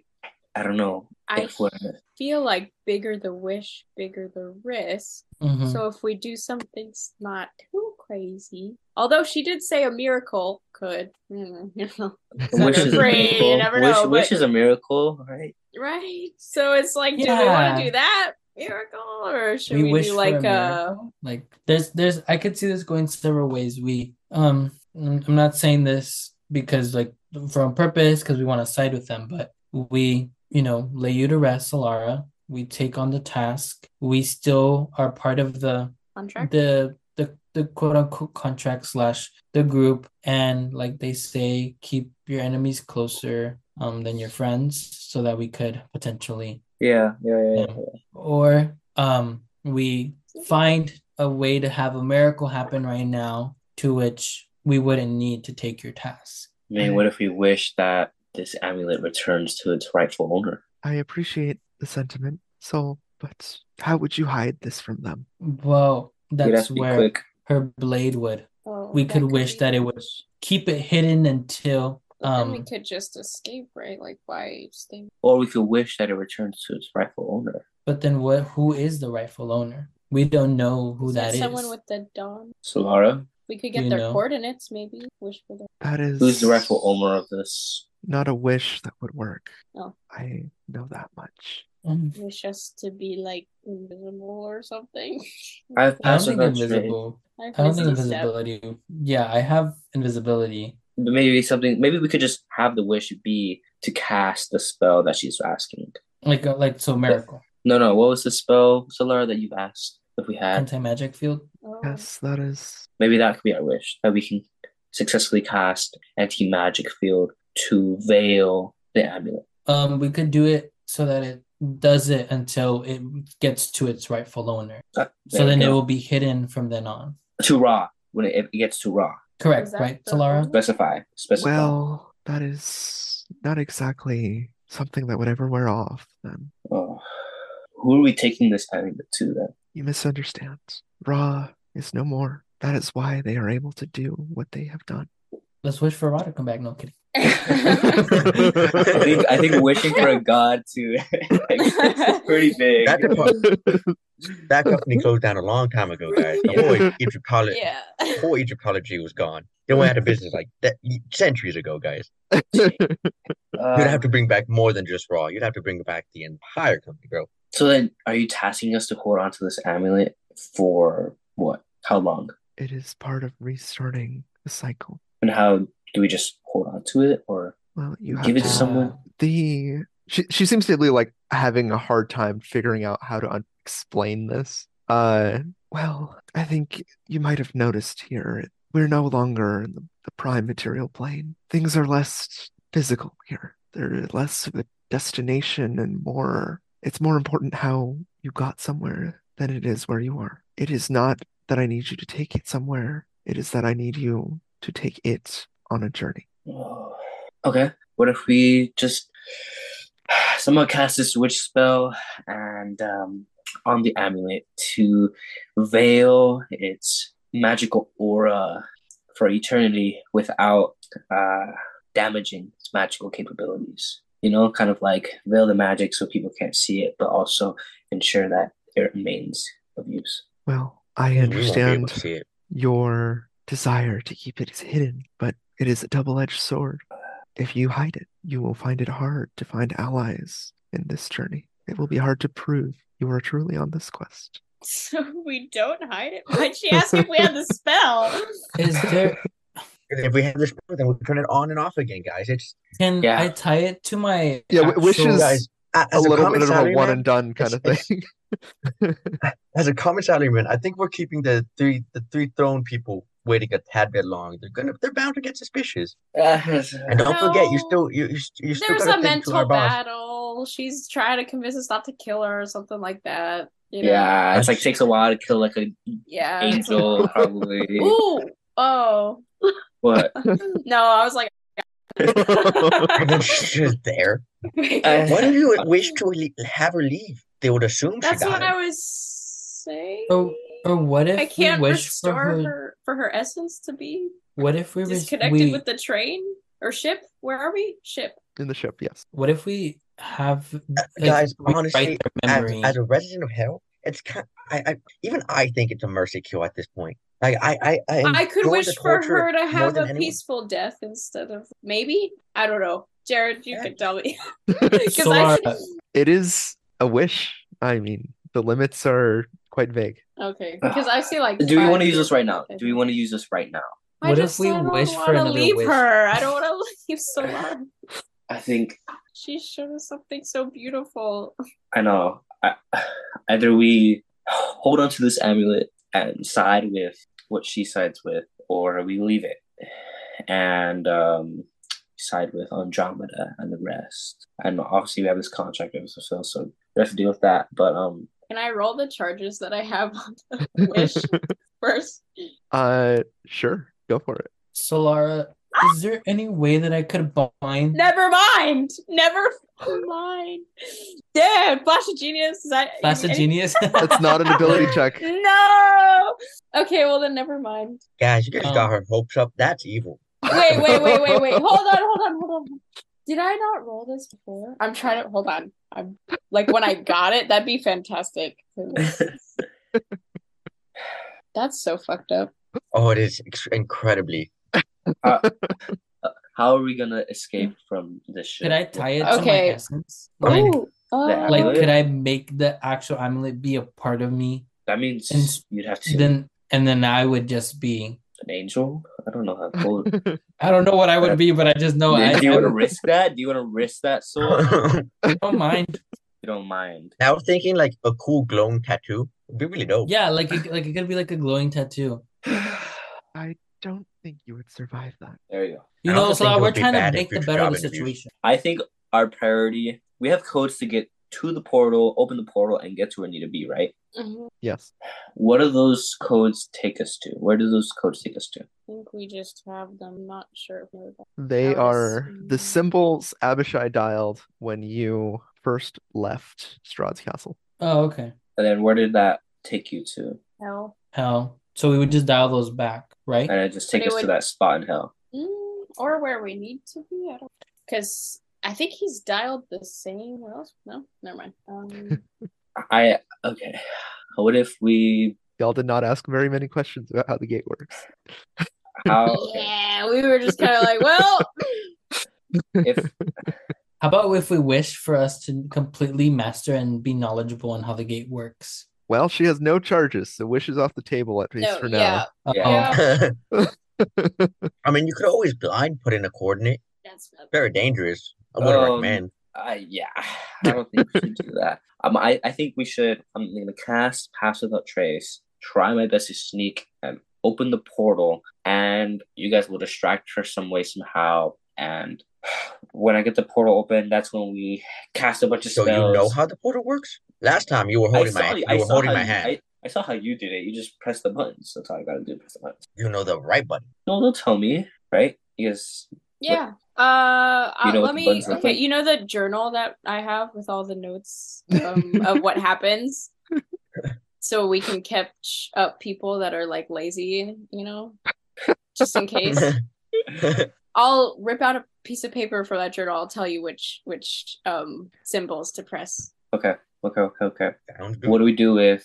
I don't know
I
if we're
feel like bigger the wish, bigger the risk.
Mhm.
So if we do something s- not too crazy, although she did say a miracle could, mm, you
Mm-hmm.
know,
wish is a
Afraid, you
miracle.
never
wish,
know,
wish
but-
is a miracle, right?
right? So it's like, do we want
Yeah.
to do that miracle, or should
We
we,
wish
do
for
like
a
a?
Like there's there's I could see this going several ways. We um I'm I'm not saying this because like for a purpose because we want to side with them, but we you know lay you to rest, Solara. We take on the task. We still are part of the
contract?
the the the quote unquote contract slash the group and like they say keep your enemies closer um than your friends so that we could potentially
Yeah, yeah, yeah. yeah.
or um we find a way to have a miracle happen right now to which we wouldn't need to take your task
I mean, what if we wish that this amulet returns to its rightful owner?
i appreciate the sentiment so but how would you hide this from them
well
You'd have
that's
to be
where
quick.
her blade would
Oh,
we could wish
be-
that it would keep it hidden until
But then we
um,
could just escape, right? Like why stay?
Or we could wish that it returns to its rightful owner.
But then what who is the rightful owner? We don't know who
Is
that
there
is.
someone with the dawn?
Solara,
We could
Do
get
you
their
know?
coordinates, maybe. Wish for their
that is
who's the rightful owner of this?
not a wish that would work.
Oh.
I know that much.
Um,
wish us to be like invisible or something.
I've
I don't
Pass
think
without
invisible.
I've
I don't think
missed a step.
invisibility. Yeah, I have invisibility.
Maybe something. Maybe we could just have the wish be to cast the spell that she's asking.
Like uh, like so miracle.
No, no. What was the spell, Solara, that you've asked? If we had,
Anti magic field.
Oh,
Yes, that is.
maybe that could be our wish that we can successfully cast anti magic field to veil the amulet.
Um we could do it so that it does it until it gets to its rightful owner.
Ah,
So
there we
then it
go.
will be hidden from then on.
to raw when it, it gets to raw.
Correct,
that
right,
the
Solara?
owner?
Specify. Specify.
Well, that is not exactly something that would ever wear off, then.
Oh. Who are we taking this amulet to then?
You misunderstand. Ra is no more. That is why they are able to do what they have done.
Let's wish for Rod to come back. No kidding.
Oh.
I think I think wishing for a god to it's pretty big.
That department, that company closed down a long time ago, guys. The whole Egypt college,
yeah.
whole Egyptology was gone. They went out of business like that centuries ago, guys.
Uh,
You'd have to bring back more than just Raw. You'd have to bring back the entire company, bro.
so then, are you tasking us to hold on to this amulet for what? How long?
It is part of restarting the cycle.
And how do we just hold on to it, or
Well, you have
give it to
to-
someone?
Uh,
the she she seems to be like having a hard time figuring out how to un- explain this. Uh, well, I think you might have noticed here we're no longer in the, the prime material plane. Things are less physical here. They're less of a destination and more. It's more important how you got somewhere than it is where you are. It is not that I need you to take it somewhere. It is that I need you to take it on a journey.
Oh, Okay. What if we just somehow cast this witch spell and um, on the amulet to veil its magical aura for eternity without uh, damaging its magical capabilities? You know, kind of like veil the magic so people can't see it, but also ensure that it remains of use.
Well, I
We won't be able
understand.
to see it.
your desire to keep it is hidden, but it is a double edged sword. If you hide it, you will find it hard to find allies in this journey. It will be hard to prove you are truly on this quest.
So we don't hide it. Why'd she ask if we had the spell?
Is there
If we have this, then we'll turn it on and off again, guys. It's
can
Yeah.
I tie it to my
Yeah, wi- which
actual-
is-
guys. a-
A
As a,
little
common
bit of a
salaryman,
one and done kind of
it's-
thing.
as a common salaryman, I think we're keeping the three the three throne people waiting a tad bit long. They're gonna they're bound to get suspicious. And don't forget, you
No.
still you you, you still
There's
gotta
a
think to
mental
our boss.
battle. She's trying to convince us not to kill her or something like that. You know?
Yeah, it's like takes a while to kill like an
Yeah. it's like-
angel, probably.
Ooh. Oh.
What?
No, I was like,
And then she's just there.
Uh,
Why do you wish to le- have her leave? They would assume she
that's
got
what
it.
I was saying.
Oh, or what if
I can't
we wish
restore
for
her...
her,
for her essence to be
What if we res-
disconnected
we,
with the train or ship? Where are we? Ship.
In the ship, yes.
What if we have like,
guys,
we write
honestly,
their
as,
memory?
as a resident of hell, it's kind. I, I even I think it's a mercy kill at this point. Like I I I,
I could
enjoy
wish
the
for
torture
her to
more
have a
than anyone.
peaceful death instead of maybe. I don't know. Jared, you
Yeah.
can tell me. Because I
Sora,
It is a wish. I mean, the limits are quite vague.
okay, because I see like.
Do we
five
want to use
years
this right now?
left, I
Do we
think.
want to use this right now?
I
What
just
if we
said I don't
wish for
wanna
another
leave
wish?
her. I don't want to leave Solar.
I think
She showed us something so beautiful.
I know. I, either we hold on to this amulet and side with what she sides with, or we leave it and um, side with Andromeda and the rest. And obviously, we have this contract that was fulfilled, so we have to deal with that. But um,
Can I roll the charges that I have on the wish first?
Uh, sure, go for it.
Solara, is there any way that I could bind?
Never mind. Never mind. Damn, Flash of Genius. Is that
That's a
any-
genius.
That's not an ability check.
No. Okay, well then never mind.
Guys, you guys got
Oh.
her hopes up. That's evil.
Wait, wait, wait, wait, wait. Hold on, hold on, hold on. Did I not roll this before? I'm trying to hold on. I'm like when I got it, that'd be fantastic. That's so fucked up.
Oh, it is ex- incredibly.
how are we gonna escape from this shit?
could I tie it to
Okay.
my essence? Like,
Oh,
that
like,
amulet?
could I make the actual amulet be a part of me?
That means
And
you'd have to
Then and then I would just be.
an angel. I don't know how. to call it.
I don't know what I would be, but I just know I,
do you
Oh, I
want to risk that? Do you want to risk that soul?
I
don't mind.
you don't mind.
was thinking like a cool glowing tattoo would be really dope.
Yeah, like it, like it could be like a glowing tattoo.
I don't think you would survive that.
There you go.
You
I
know,
also think
Solara,
it
we're
would be
trying to
bad in
make the
future
better of
job
the
interviews.
situation.
I think our priority, we have codes to get to the portal, open the portal, and get to where we need to be, right?
Mhm.
Yes.
What do those codes take us to? Where do those codes take us to?
I think we just have them. Not sure. If we're-
They
Alice
are the
in-
symbols Abishai dialed when you first left Strahd's castle.
Oh, okay.
And then where did that take you to?
Hell.
Hell, so we would just dial those back, right?
And it just take
They
us to
would-
that spot in hell.
Mm, or where we need to be. I don't because I think he's dialed the same. What else? No, never mind. Um,
I okay. What if we?
Y'all did not ask very many questions about how the gate works.
How Oh, okay.
Yeah, we were just kind of like, well,
if
How about if we wish for us to completely master and be knowledgeable on how the gate works?
Well, she has no charges, so wishes off the table at least
no,
for
yeah,
now.
Um,
Yeah.
I mean, you could always blind put in a coordinate.
that's
Very dangerous. I wouldn't
Um,
recommend.
Uh, yeah, I don't think we should do that. Um, I, I think we should. I'm gonna cast Pass Without Trace. Try my best to sneak and open the portal, and you guys will distract her some way somehow. And when I get the portal open, that's when we cast a bunch of
So
spells.
you know how the portal works? Last time you were
I
holding
saw,
my you
I
were
saw
holding
how
my
you-
hand.
I, I saw how you did it. You just press the buttons. That's all I gotta do. Press the buttons.
You know the right button.
No, they'll tell me, right? Yes.
yeah. Uh,
You know what
uh, let
the
me.
buttons look
Okay,
like?
you know the journal that I have with all the notes um, of what happens, so we can catch up people that are like lazy. You know, just in case. I'll rip out a piece of paper for that journal. I'll tell you which which um symbols to press.
Okay. Okay. Okay. Okay.
Sounds good.
What do we do with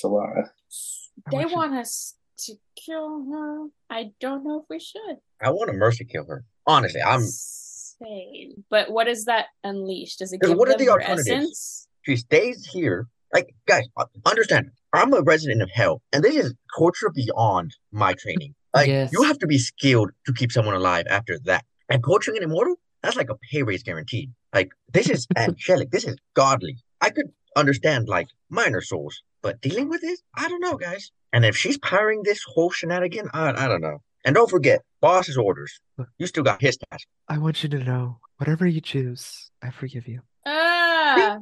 Solara?
I
They
want you-
want us to kill her. I don't know if we should.
I want to mercy kill her. Honestly, I'm
Same. But what does that unleash? Does it
Then
give
what are
them
the
her
alternatives?
essence?
she stays here. Like guys, uh, understand? I'm a resident of hell, and this is torture beyond my training. Like you
Yes.
have to be skilled to keep someone alive after that. And torturing an immortal, that's like a pay raise guaranteed. Like this is angelic. This is godly. I could understand like minor souls, but dealing with this, I don't know, guys. And if she's powering this whole shenanigan, I, I don't know. And don't forget, boss's orders. You still got his task.
I want you to know whatever you choose, I forgive you.
Ah,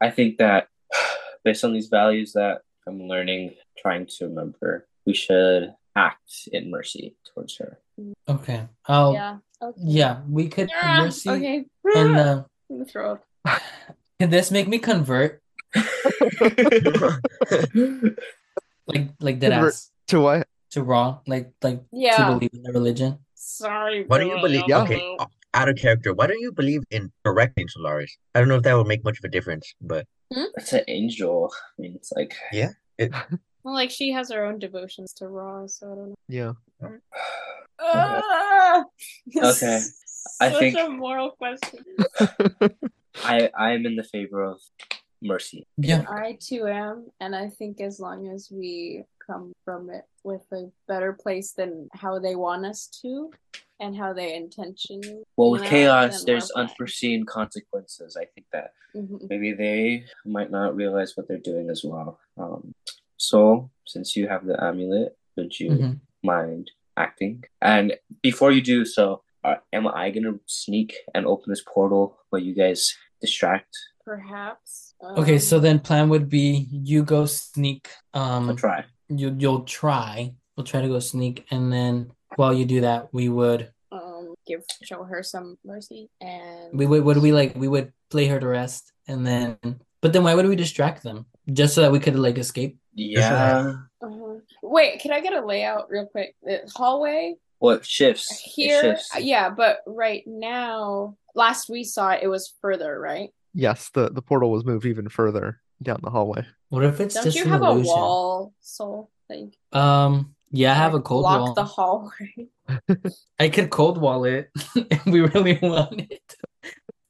I think that based on these values that I'm learning, trying to remember, we should act in mercy towards her.
Oh, Okay. I'll yeah,
yeah. Okay.
we could
Ah,
mercy
okay.
and uh,
I'm gonna throw up.
can this make me convert? Like like that
Convert.
ass
To what?
to wrong, like like to
Yeah.
believe in the religion.
Sorry.
Why don't you
Billy,
believe?
Yeah.
Okay, uh, out of character. Why don't you believe in directing Solaris? I don't know if that would make much of a difference, but
That's an angel. I mean, it's like
Well, like she has her own devotions to Ra, so I don't know.
Yeah.
Ah!
Okay. I
Such
think-
a moral question.
I I'm in the favor of mercy.
Yeah.
I too am, and I think as long as we come from it with a better place than how they want us to, and how they intention.
Well, with
you know,
chaos,
then
there's
we're fine.
unforeseen consequences. I think that
Mhm.
maybe they might not realize what they're doing as well. Um, so, since you have the amulet, would you
Um,
Mhm.
mind acting? And before you do so, are, am I gonna sneak and open this portal while you guys distract?
Perhaps.
Okay,
um,
so then plan would be you go sneak. Um,
I'll try.
you you'll try. We'll try to go sneak, and then while you do that, we would
um, give show her some mercy, and
we would would we like we would play her to rest, and then but then why would we distract them just so that we could like escape?
Yeah.
Uh-huh. Wait, can I get a layout real quick? The hallway
Well, it shifts.
here, uh,
It shifts.
yeah, but right now, last we saw it, it was further, right?
Yes, the, the portal was moved even further down the hallway.
What if it's
Don't
just
you
an
have
illusion?
a wall soul that you
Um, yeah, I have a
like,
cold
block
wall.
the hallway?
I could cold wall it if we really want it.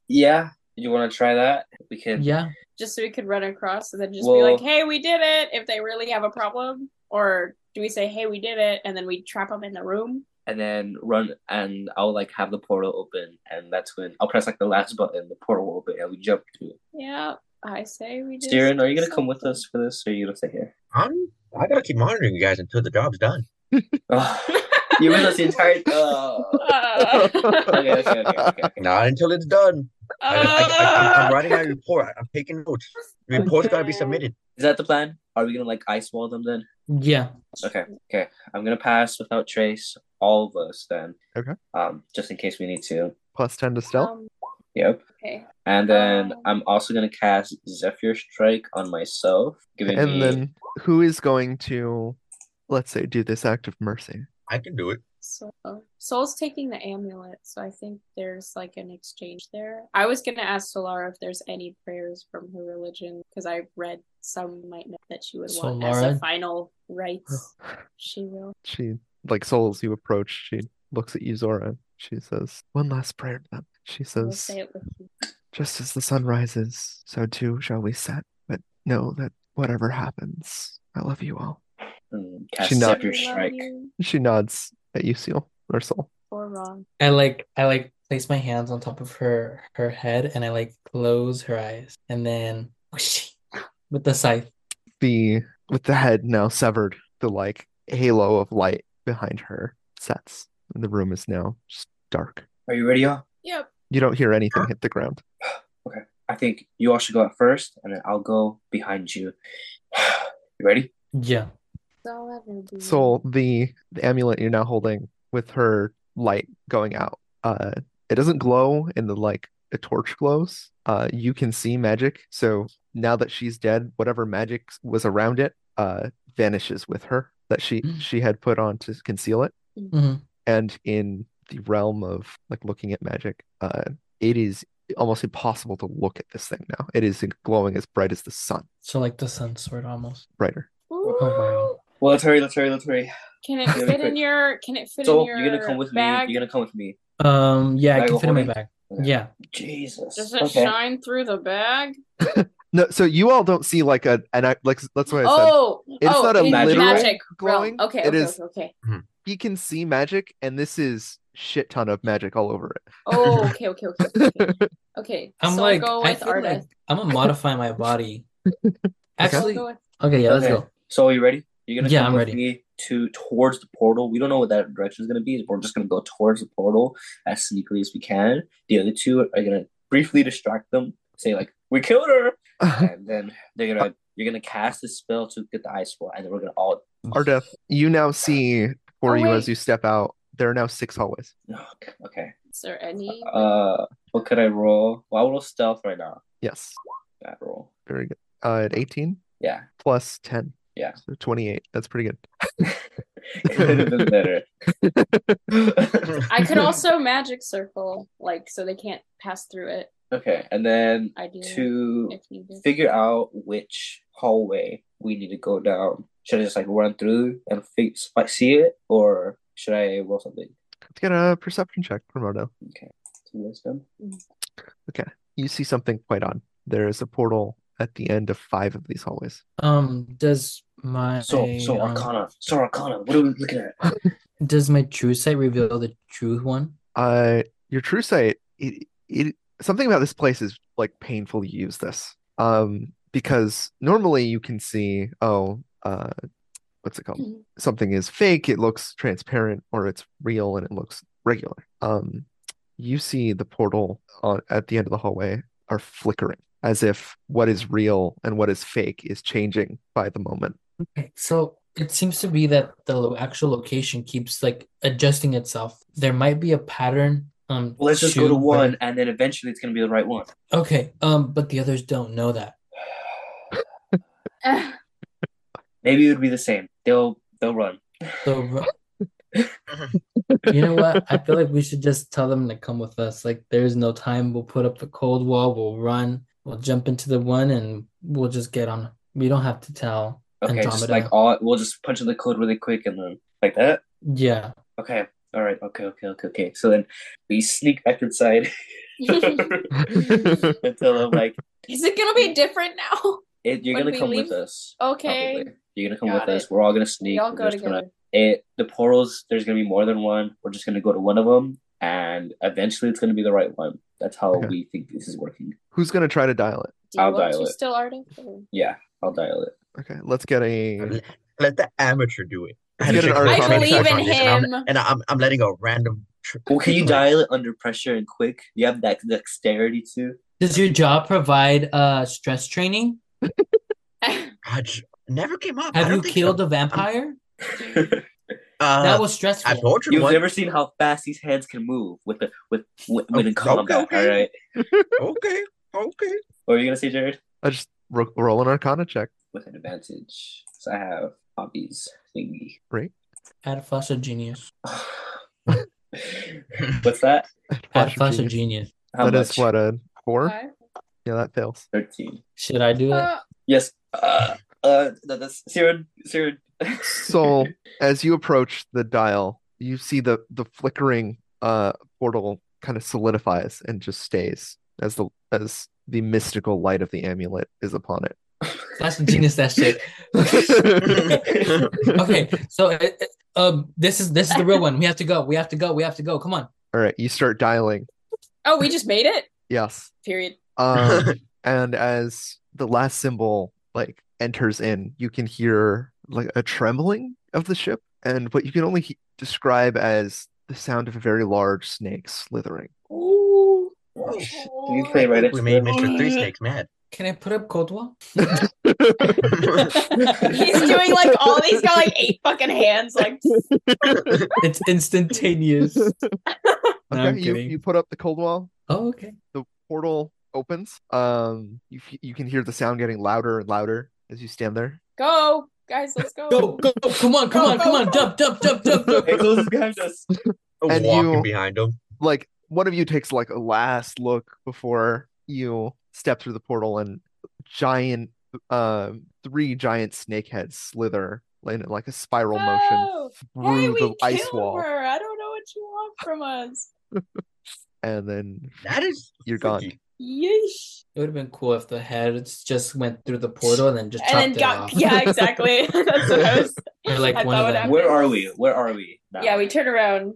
Yeah. You want to try that? We can.
Yeah,
just so we could run across and then just be
Well-
like, "Hey, we did it!" If they really have a problem, or do we say, "Hey, we did it," and then we trap them in the room?
And then run, and I'll like have the portal open, and that's when I'll press like the last button. The portal will open, and we jump to it.
Yeah, I say we just.
Darren, are you gonna
so-
come with us for this, or are you gonna stay here?
I'm I gotta keep monitoring you guys until the job's done.
Oh, you with us the entire. Oh.
Uh,
Okay, okay, okay, okay, okay.
Not until it's done. I, I, I, am writing my report. I'm taking notes.
uh,
The report's gotta be
Okay.
submitted.
Is that the plan? Are we gonna like ice wall them then?
yeah.
Okay, okay. I'm gonna pass without trace, all of us then.
Okay.
Um, just in case we need to.
Plus 10 to stealth.
um,
Yep.
okay.
And then
Oh.
Um.
I'm also gonna cast Zephyr Strike on myself,
Um,
giving me
and then who is going to, let's say, do this act of mercy?
I can do it.
So Soul's taking the amulet, so I think there's like an exchange there. I was gonna ask Solara if there's any prayers from her religion because I read some might know that she would want as
Solara?
a final rites. She will.
She like souls you approach, she looks at you, Zora. She says, One last prayer to them. She
We'll
says
say it with you.
Just as the sun rises, so too shall we set. But know that whatever happens, I love you all.
Mm, Cast
She not-
Zephyr
We love
Strike.
you.
She nods at you, Seal, or Soul.
Or wrong.
I like I like place my hands on top of her her head and I like close her eyes and then whoosh, with the scythe.
The with the head now severed, the like halo of light behind her sets. And the room is now just dark.
Are you ready, y'all?
Yep.
You don't hear anything hit the ground.
I think you all should go out first, and then I'll go behind you. you ready?
Yeah.
Don't ever be
Soul, the, the amulet you're now holding with her light going out, uh, it doesn't glow in the like a torch glows. Uh, you can see magic. So now that she's dead, whatever magic was around it, uh, vanishes with her that she
Mm.
she had put on to conceal it.
Mhm.
And in the realm of like looking at magic, uh, it is almost impossible to look at this thing now. It is glowing as bright as the sun,
So like the sun sword almost.
brighter.
Oh wow.
Well, let's hurry, let's hurry, let's hurry.
Can it
Gotta be
fit in
quick.
your can it fit
So
in your
you're gonna come with
bag?
me. You're gonna come with me.
Um yeah,
Bag
I can
of
fit in my
holding?
bag.
Okay.
Yeah.
Jesus.
Does it
okay.
shine through the bag?
No, so you all don't see like a an I- like that's what I said.
Oh,
It's
oh,
not a
in
literal
magic
glowing.
Realm. Okay,
It
okay,
is-
okay, okay.
you can see magic, and this is shit ton of magic all over it.
Oh, okay, okay, okay, okay, okay. Okay,
I'm
so
like
I'll go
I
with
feel like
Ardeth.
I'm gonna modify my body.
I'll
Actually
go with-
okay, yeah, let's
Okay.
go.
So are you ready? You're gonna
Yeah,
come
I'm
with
ready.
me to towards the portal. We don't know what that direction is gonna be. We're just gonna go towards the portal as sneakily as we can. The other two are gonna briefly distract them, say like, "We killed her," and then they're gonna you're gonna cast this spell to get the ice scroll, and then we're gonna all.
Ardeth, you now see
Oh,
for you as
wait.
you step out. There are now six hallways.
Okay.
Is there any?
Uh, what could I roll? Well, I will roll stealth right now.
Yes,
That roll.
very good. Uh, at eighteen
Yeah,
plus ten,
Yeah.
so twenty-eight. That's pretty good.
it could have been better.
I could also magic circle, like, so they can't pass through it.
Okay, and then
I do
to
if needed.
figure out which hallway we need to go down. Should I just like run through and fi- like, see it, or should I roll something?
Let's get a perception check from Rodo.
Okay, so wisdom.
You see something quite odd. There is a portal at the end of five of these hallways.
Um does my
So so
um,
Arcana, so Arcana. What are we looking at?
does my true sight reveal the true one?
Uh, your true sight, it, it something about this place is like painful to use this. Um, because normally you can see, oh, uh, what's it called?
Mhm.
Something is fake, it looks transparent, or it's real and it looks regular. Um, you see the portal on, at the end of the hallway are flickering as if what is real and what is fake is changing by the moment.
Okay, so it seems to be that the lo- actual location keeps like adjusting itself. There might be a pattern. Um,
Well, let's just go to
to where-
one, and then eventually it's gonna be the right one.
Okay, um, but the others don't know that.
Ah,
Maybe it would be the same. They'll they'll run.
So, ru- you know what? I feel like we should just tell them to come with us. Like, there's no time. We'll put up the cold wall. We'll run. We'll jump into the one, and we'll just get on. We don't have to tell
Okay, just
Andromeda.
like all we'll just punch in the code really quick and then like that.
Yeah.
Okay. All right. Okay. Okay. Okay. Okay. So then we sneak back inside until I'm like,
Is it gonna
Mm.
be different now?
it, "You're
When
gonna
we
come
leave-
with us."
Okay.
Probably. You're gonna come
Got
with us.
it.
We're all gonna sneak.
Y'all
We're
go
just gonna-
together.
it. The portals. There's gonna be more than one. We're just gonna go to one of them, and eventually it's gonna be the right one. That's how
Okay.
we think this is working.
Who's gonna try to dial it?
Do you
I'll
want
dial
to
it.
still Ardeth? or-
Yeah. I'll dial it.
Okay, let's get a
Let the amateur do it.
Let's get an
Amateur
Arcana check.
concentration on
I believe in
this, and I'm-
him.
And I'm, I'm letting a random. Tr-
Well, can you
like,
dial it under pressure and quick? You have that dexterity too.
Does your job provide uh stress training?
I j- never came up. I
Have
don't
you
think
killed
so.
a vampire?
Uh,
That was
I
stressful.
tortured
You've
one.
never seen how fast these hands can move with the with with,
Oh,
in combat.
okay,
All
okay.
right.
Okay, okay.
What are you gonna say, Jared?
I just ro- roll an Arcana check.
With an advantage, so I have hobbies thingy.
Right.
Add flash of genius.
What's that?
Add flash of genius.
How
That
much?
is what a four.
Okay.
Yeah, that fails.
Thirteen.
Should I do it?
Uh,
Yes. Uh, uh, no, that's Siren. Siren.
So as you approach the dial, you see the the flickering uh portal kind of solidifies and just stays as the as the mystical light of the amulet is upon it.
Flash of genius. That shit. okay, so uh, uh, this is this is the real one. We have to go. We have to go. We have to go. Come on.
All right, you start dialing.
oh, we just made it.
Yes.
Period.
Um, and as the last symbol like enters in, you can hear like a trembling of the ship, and what you can only he- describe as the sound of a very large snake slithering.
Ooh.
Oh,
Can you play right
we
into
made
the-
Mr. Three Snakes mad.
Can I put up Kodwa?
He's doing like all he's got like eight fucking hands. Like
It's instantaneous. No, I'm
Okay, you,
kidding.
you put up the cold wall,
Oh, okay.
the portal opens. Um, you f- you can hear the sound getting louder and louder as you stand there.
go, guys, let's go.
Go, go, go. come on, come
Go,
on,
go,
come on,
go.
jump, jump, jump, jump, jump.
Hey, close is behind us.
And
Walking
you-
behind him.
Like one of you takes like a last look before you step through the portal, and giant, um, three giant snake heads slither in like a spiral motion
Go. Oh, Hey,
through
we
the ice
killed
wall,
her. I don't know what you want from us.
and then
That is
You're gone.
freaky.
Yeesh.
It would have been cool if the heads just went through the portal and then just chopped
And then
it
got
off.
yeah, exactly. That's what I was.
Or like
I
one
thought
of
it
them.
Where are we? Where are we? now?
Yeah, we turn around.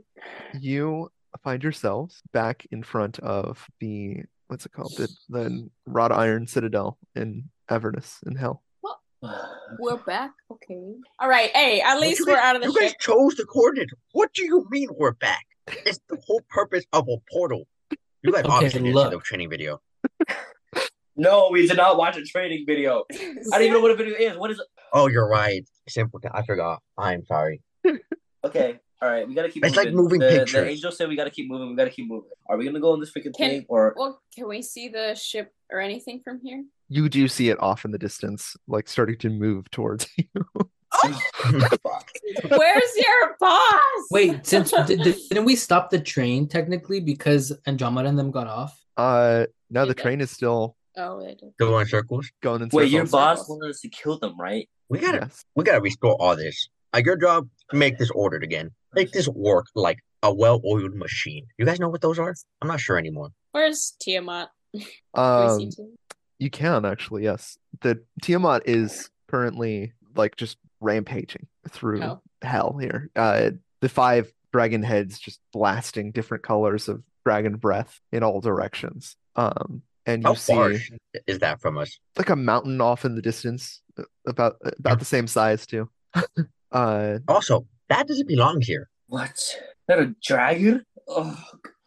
you find yourselves back in front of the what's it called the the wrought iron citadel in Avernus in Hell.
We're back. Okay. All right. Hey, at least
you
we're
guys-
out of the
You guys
ship.
chose the coordinates. What do you mean we're back? It's the whole purpose of a portal. You guys
Okay,
obviously didn't see the
look.
training video.
No, we did not watch a training video. I don't even know what a video is. What is it?
Oh, you're right. Simpleton. I forgot. I'm sorry.
Okay. All right, we gotta keep.
It's like moving
the, The
pictures.
angel said we gotta keep moving. We gotta keep moving. Are we gonna go on this freaking
Can-
thing or?
Well, can we see the ship or anything from here?
You do see it off in the distance, like starting to move towards you.
Fuck.
Where's your boss?
Wait, since did, didn't we stop the train technically because Andromeda and them got off?
Uh, no, the
Okay.
train is still
Oh, it is.
Go in circles.
going in
Wait, your
circles.
boss wanted us to kill them, right?
We gotta
Yes.
we gotta restore all this. Like your job, make this ordered again. Make this work like a well-oiled machine. You guys know what those are? I'm not sure anymore.
Where's Tiamat? Can we
Um,
see Tiamat?
you can actually, yes. The Tiamat is currently like just rampaging through
Oh.
hell here. Uh, the five dragon heads just blasting different colors of dragon breath in all directions. Um, and you
How
see
far is that from us?
like a mountain off in the distance, uh, about about the same size too. uh,
Also, that doesn't belong here.
What? Is that a dragon? Oh,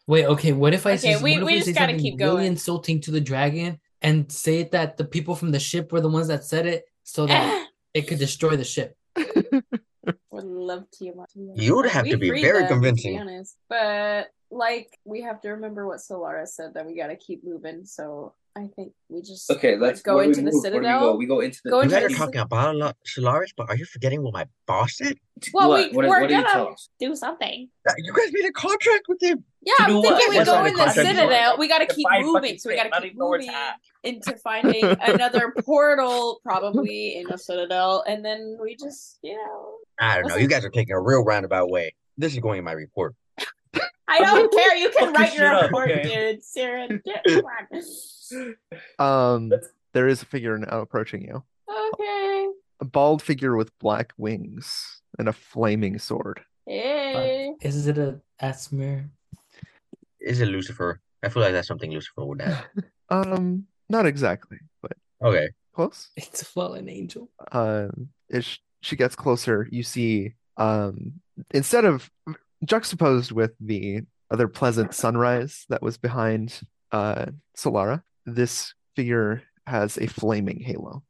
Wait, okay, what if I say
Okay, we-
what if
we just
say
gotta
something
keep
really
going.
insulting to the dragon and say that the people from the ship were the ones that said it so that it could destroy the ship?
Would love Tiamat. to know.
You would have
We
to be
freed
very
them,
convincing.
To be honest, but like we have to remember what Solara said that we got to keep moving. So I think we just
okay, let's
go
where do we
into the
move? Where do
citadel.
we go? We go into the.
Go
You
into
guys are
the-
talking about a lot Solaris, but are you forgetting what my boss said?
Well,
what?
we-
what,
we're
what did he
gonna-
tell us?
do something.
That- You guys made a contract with him.
Yeah,
To
I'm
do
thinking
what?
we
What
go
kind of
in the
contract?
citadel. We got to
To
keep
find
moving,
fucking
so we got
shit. I
to
don't
keep
even know where it's
moving
at.
into finding another portal, probably in the citadel, and then we just, you know,
I don't know.
Listen-
You guys are taking a real roundabout way. This is going in my report.
I don't care. You can
Fuck
write
this
your
shit up,
report,
okay?
dude. Sarah, get- come on.
um,
That's-
there is a figure now approaching you.
Okay.
a bald figure with black wings and a flaming sword.
Hey.
Is it a Asmir?
Is it Lucifer? I feel like that's something Lucifer would have.
Um, not exactly, but
Okay.
close.
It's a fallen angel.
Um, as sh- she gets closer, you see, um, instead of juxtaposed with the other pleasant sunrise that was behind uh Solara, this figure has a flaming halo.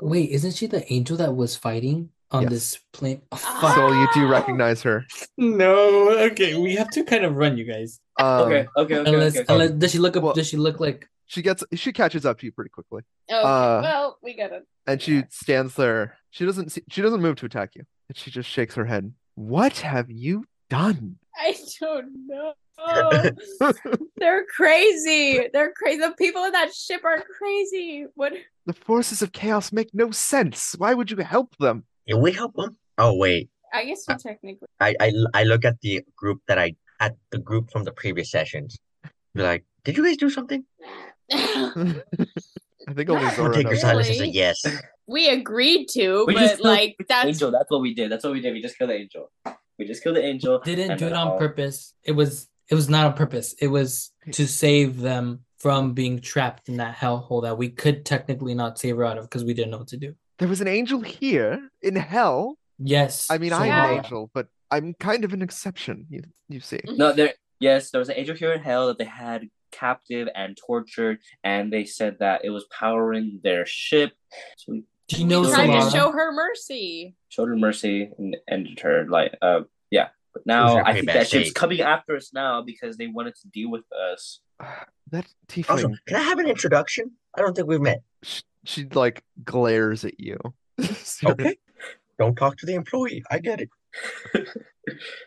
Wait, isn't she the angel that was fighting on
Yes.
this plane? Oh,
Ah.
So
fuck.
you do
Oh!
recognize her.
No, okay, we have to kind of run, you guys.
Um,
okay, okay, okay.
unless,
okay.
unless does she look up?
Well-
does she look like?
she gets she catches up to you pretty quickly,
Okay.
Uh,
well, we gotta.
and she stands there. She doesn't see, she doesn't move to attack you. And she just shakes her head What have you done?
I don't know. They're crazy. They're crazy. The people in that ship are crazy. What?
The forces of chaos make no sense. Why would you help them?
Can we help them? Oh wait,
I guess we technically.
I, I I look at the group that I at the group from the previous sessions. Be like, did you guys do something?
I think only
I'll
I'll
Zora
take your
knows.
silence as a
Really?
yes.
we agreed to,
We
but
just-
like that's
Angel, that's what we did. That's what we did. We just killed the angel. We just killed the angel.
Didn't
and
do it
then um,
on
all-
purpose. It was it was not on purpose. It was to save them from being trapped in that hellhole that we could technically not save her out of because we didn't know what to do.
There was an angel here in hell.
Yes.
I mean,
so-
I'm
Yeah.
an angel, but I'm kind of an exception. You, you see,
No, there. Yes, there was an angel here in hell that they had captive and tortured, and they said that it was powering their ship. So we
Do you know
We're
trying
Solara?
to show her mercy.
showed her mercy and ended her. Like, uh, yeah. But
It
now
was a
I
pretty
think
bad
that ship's
shape.
coming after us now because they wanted to deal with us.
that
Also,
tiefling,
can I have an introduction? I don't think we've met.
sh- she like glares at you.
Okay. Don't talk to the employee. I get it.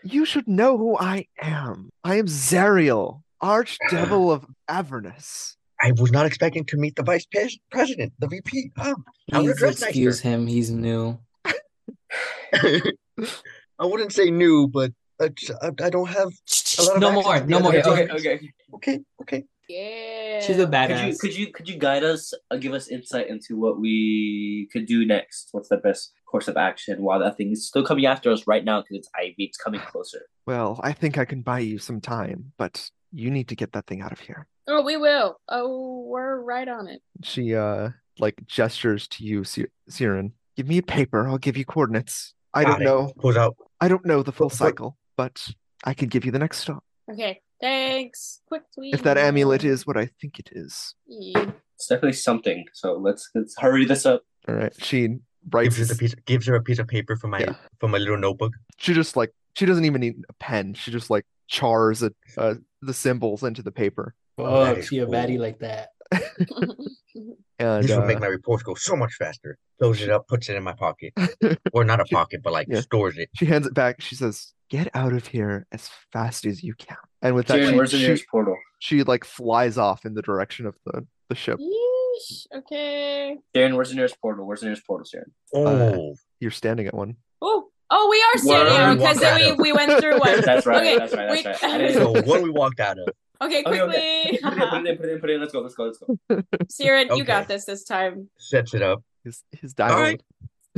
You should know who I am. I am Zariel, Archdevil of Avernus.
I was not expecting to meet the vice pres- president, the VP. Oh, I would
Please
address
excuse him. He's new.
I wouldn't say new, but I, just- I, I don't have. A lot of
No
access
more.
to the
No more.
other
Okay,
Don't-
okay,
jokes.
okay. okay.
Okay, okay.
Yeah.
Could
She's a
you
badass.
could you could you guide us? Uh, give us insight into what we could do next. What's the best course of action while that thing is still coming after us right now because it's Ivy. It's coming closer.
Well, I think I can buy you some time, but you need to get that thing out of here.
Oh, we will. Oh, we're right on it.
She uh like gestures to you, Si- Siren. Give me a paper. I'll give you coordinates. I
Got
don't
it.
know.
Pulls out.
I don't know the full
But- but-
cycle, but I can give you the next stop.
Okay. Thanks. Quickly.
If that amulet is what I think it is.
Yeah.
It's definitely something. So let's let's hurry this up.
All right. She writes.
Gives her the piece. Gives her a piece of paper from my
Yeah.
from my little notebook.
She just like she doesn't even need a pen. She just like chars a, uh, the symbols into the paper.
Oh, that
Fuck,
is
she a baddie
cool.
like that.
And
This will
uh,
make my reports go so much faster. Closes it up, puts it in my pocket, or not a pocket, but like
Yeah.
stores it.
She hands it back. She says, "Get out of here as fast as you can." And with that,
Tyrion, where's the
she,
nearest
she,
portal?
she like flies off in the direction of the the ship.
Yeesh. Okay.
Tyrion, where's the nearest portal? Where's the nearest portal, Tyrion?
Oh,
You're standing at one.
Oh, oh, we are
Word.
standing out
Walk
because
out
we,
of.
we went through one.
That's right.
Okay,
That's right. That's
wait.
right. I didn't-
so what we walked out of.
Okay,
Okay,
quickly.
okay. Put it in, put it in, put it in, put it in. Let's go, let's go, let's go.
Siren,
Okay.
you got this this time.
Sets it up.
His his
All
dialogue.
right.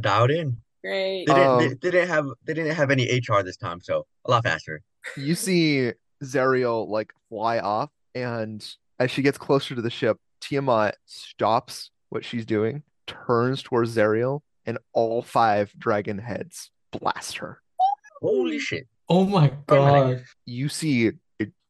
Dialed in.
Great.
They didn't.
Um,
they, they didn't have. They didn't have any HR this time, so a lot faster.
You see Zariel like fly off, and as she gets closer to the ship, Tiamat stops what she's doing, turns towards Zariel, and all five dragon heads blast her.
Holy shit!
Oh my god.
You see a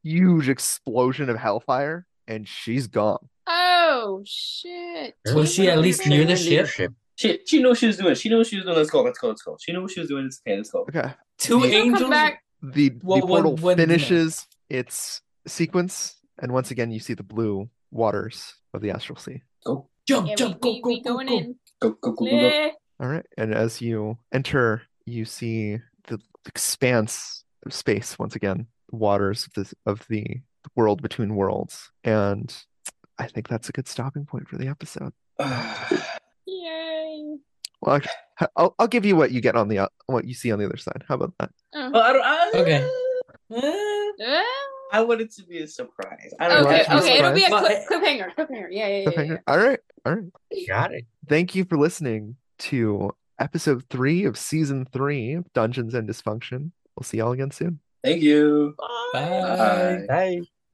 huge explosion of hellfire, and she's gone.
Oh shit.
Was she at least near the ship?
Leadership.
She, she knew what she was doing. She knew what she was doing. Let's go, let's go, let's go. She knew what she was doing. It's okay, let's go.
Okay.
Two
You
She'll
angels.
come back.
The,
Well,
the
when-
portal
when-
finishes its sequence, and once again, you see the blue waters of the astral sea.
Go,
Jump,
Yeah,
jump,
we,
go,
we, we
go, go,
going
go.
in.
go, go, go, go, go.
Meh.
All right. And as you enter, you see the expanse of space once again, the waters of this of the world between worlds. And I think that's a good stopping point for the episode.
Yay.
Well, act- I'll, I'll give you what you get on the o- what you see on the other side. How about that?
Well,
Oh.
I don't, I,
Okay. Oh.
Ah.
I want it to be a surprise. I don't
Okay,
Right,
know.
I'm
okay, it'll be a
surprised.
clip, cliffhanger. Cliffhanger. Yeah, yeah, yeah, yeah.
Cliffhanger? All right. All right.
Got it.
Thank you for listening to episode three of season three of Dungeons and Dysfunction. We'll see y'all again soon.
Thank you.
Bye.
Bye.
Bye.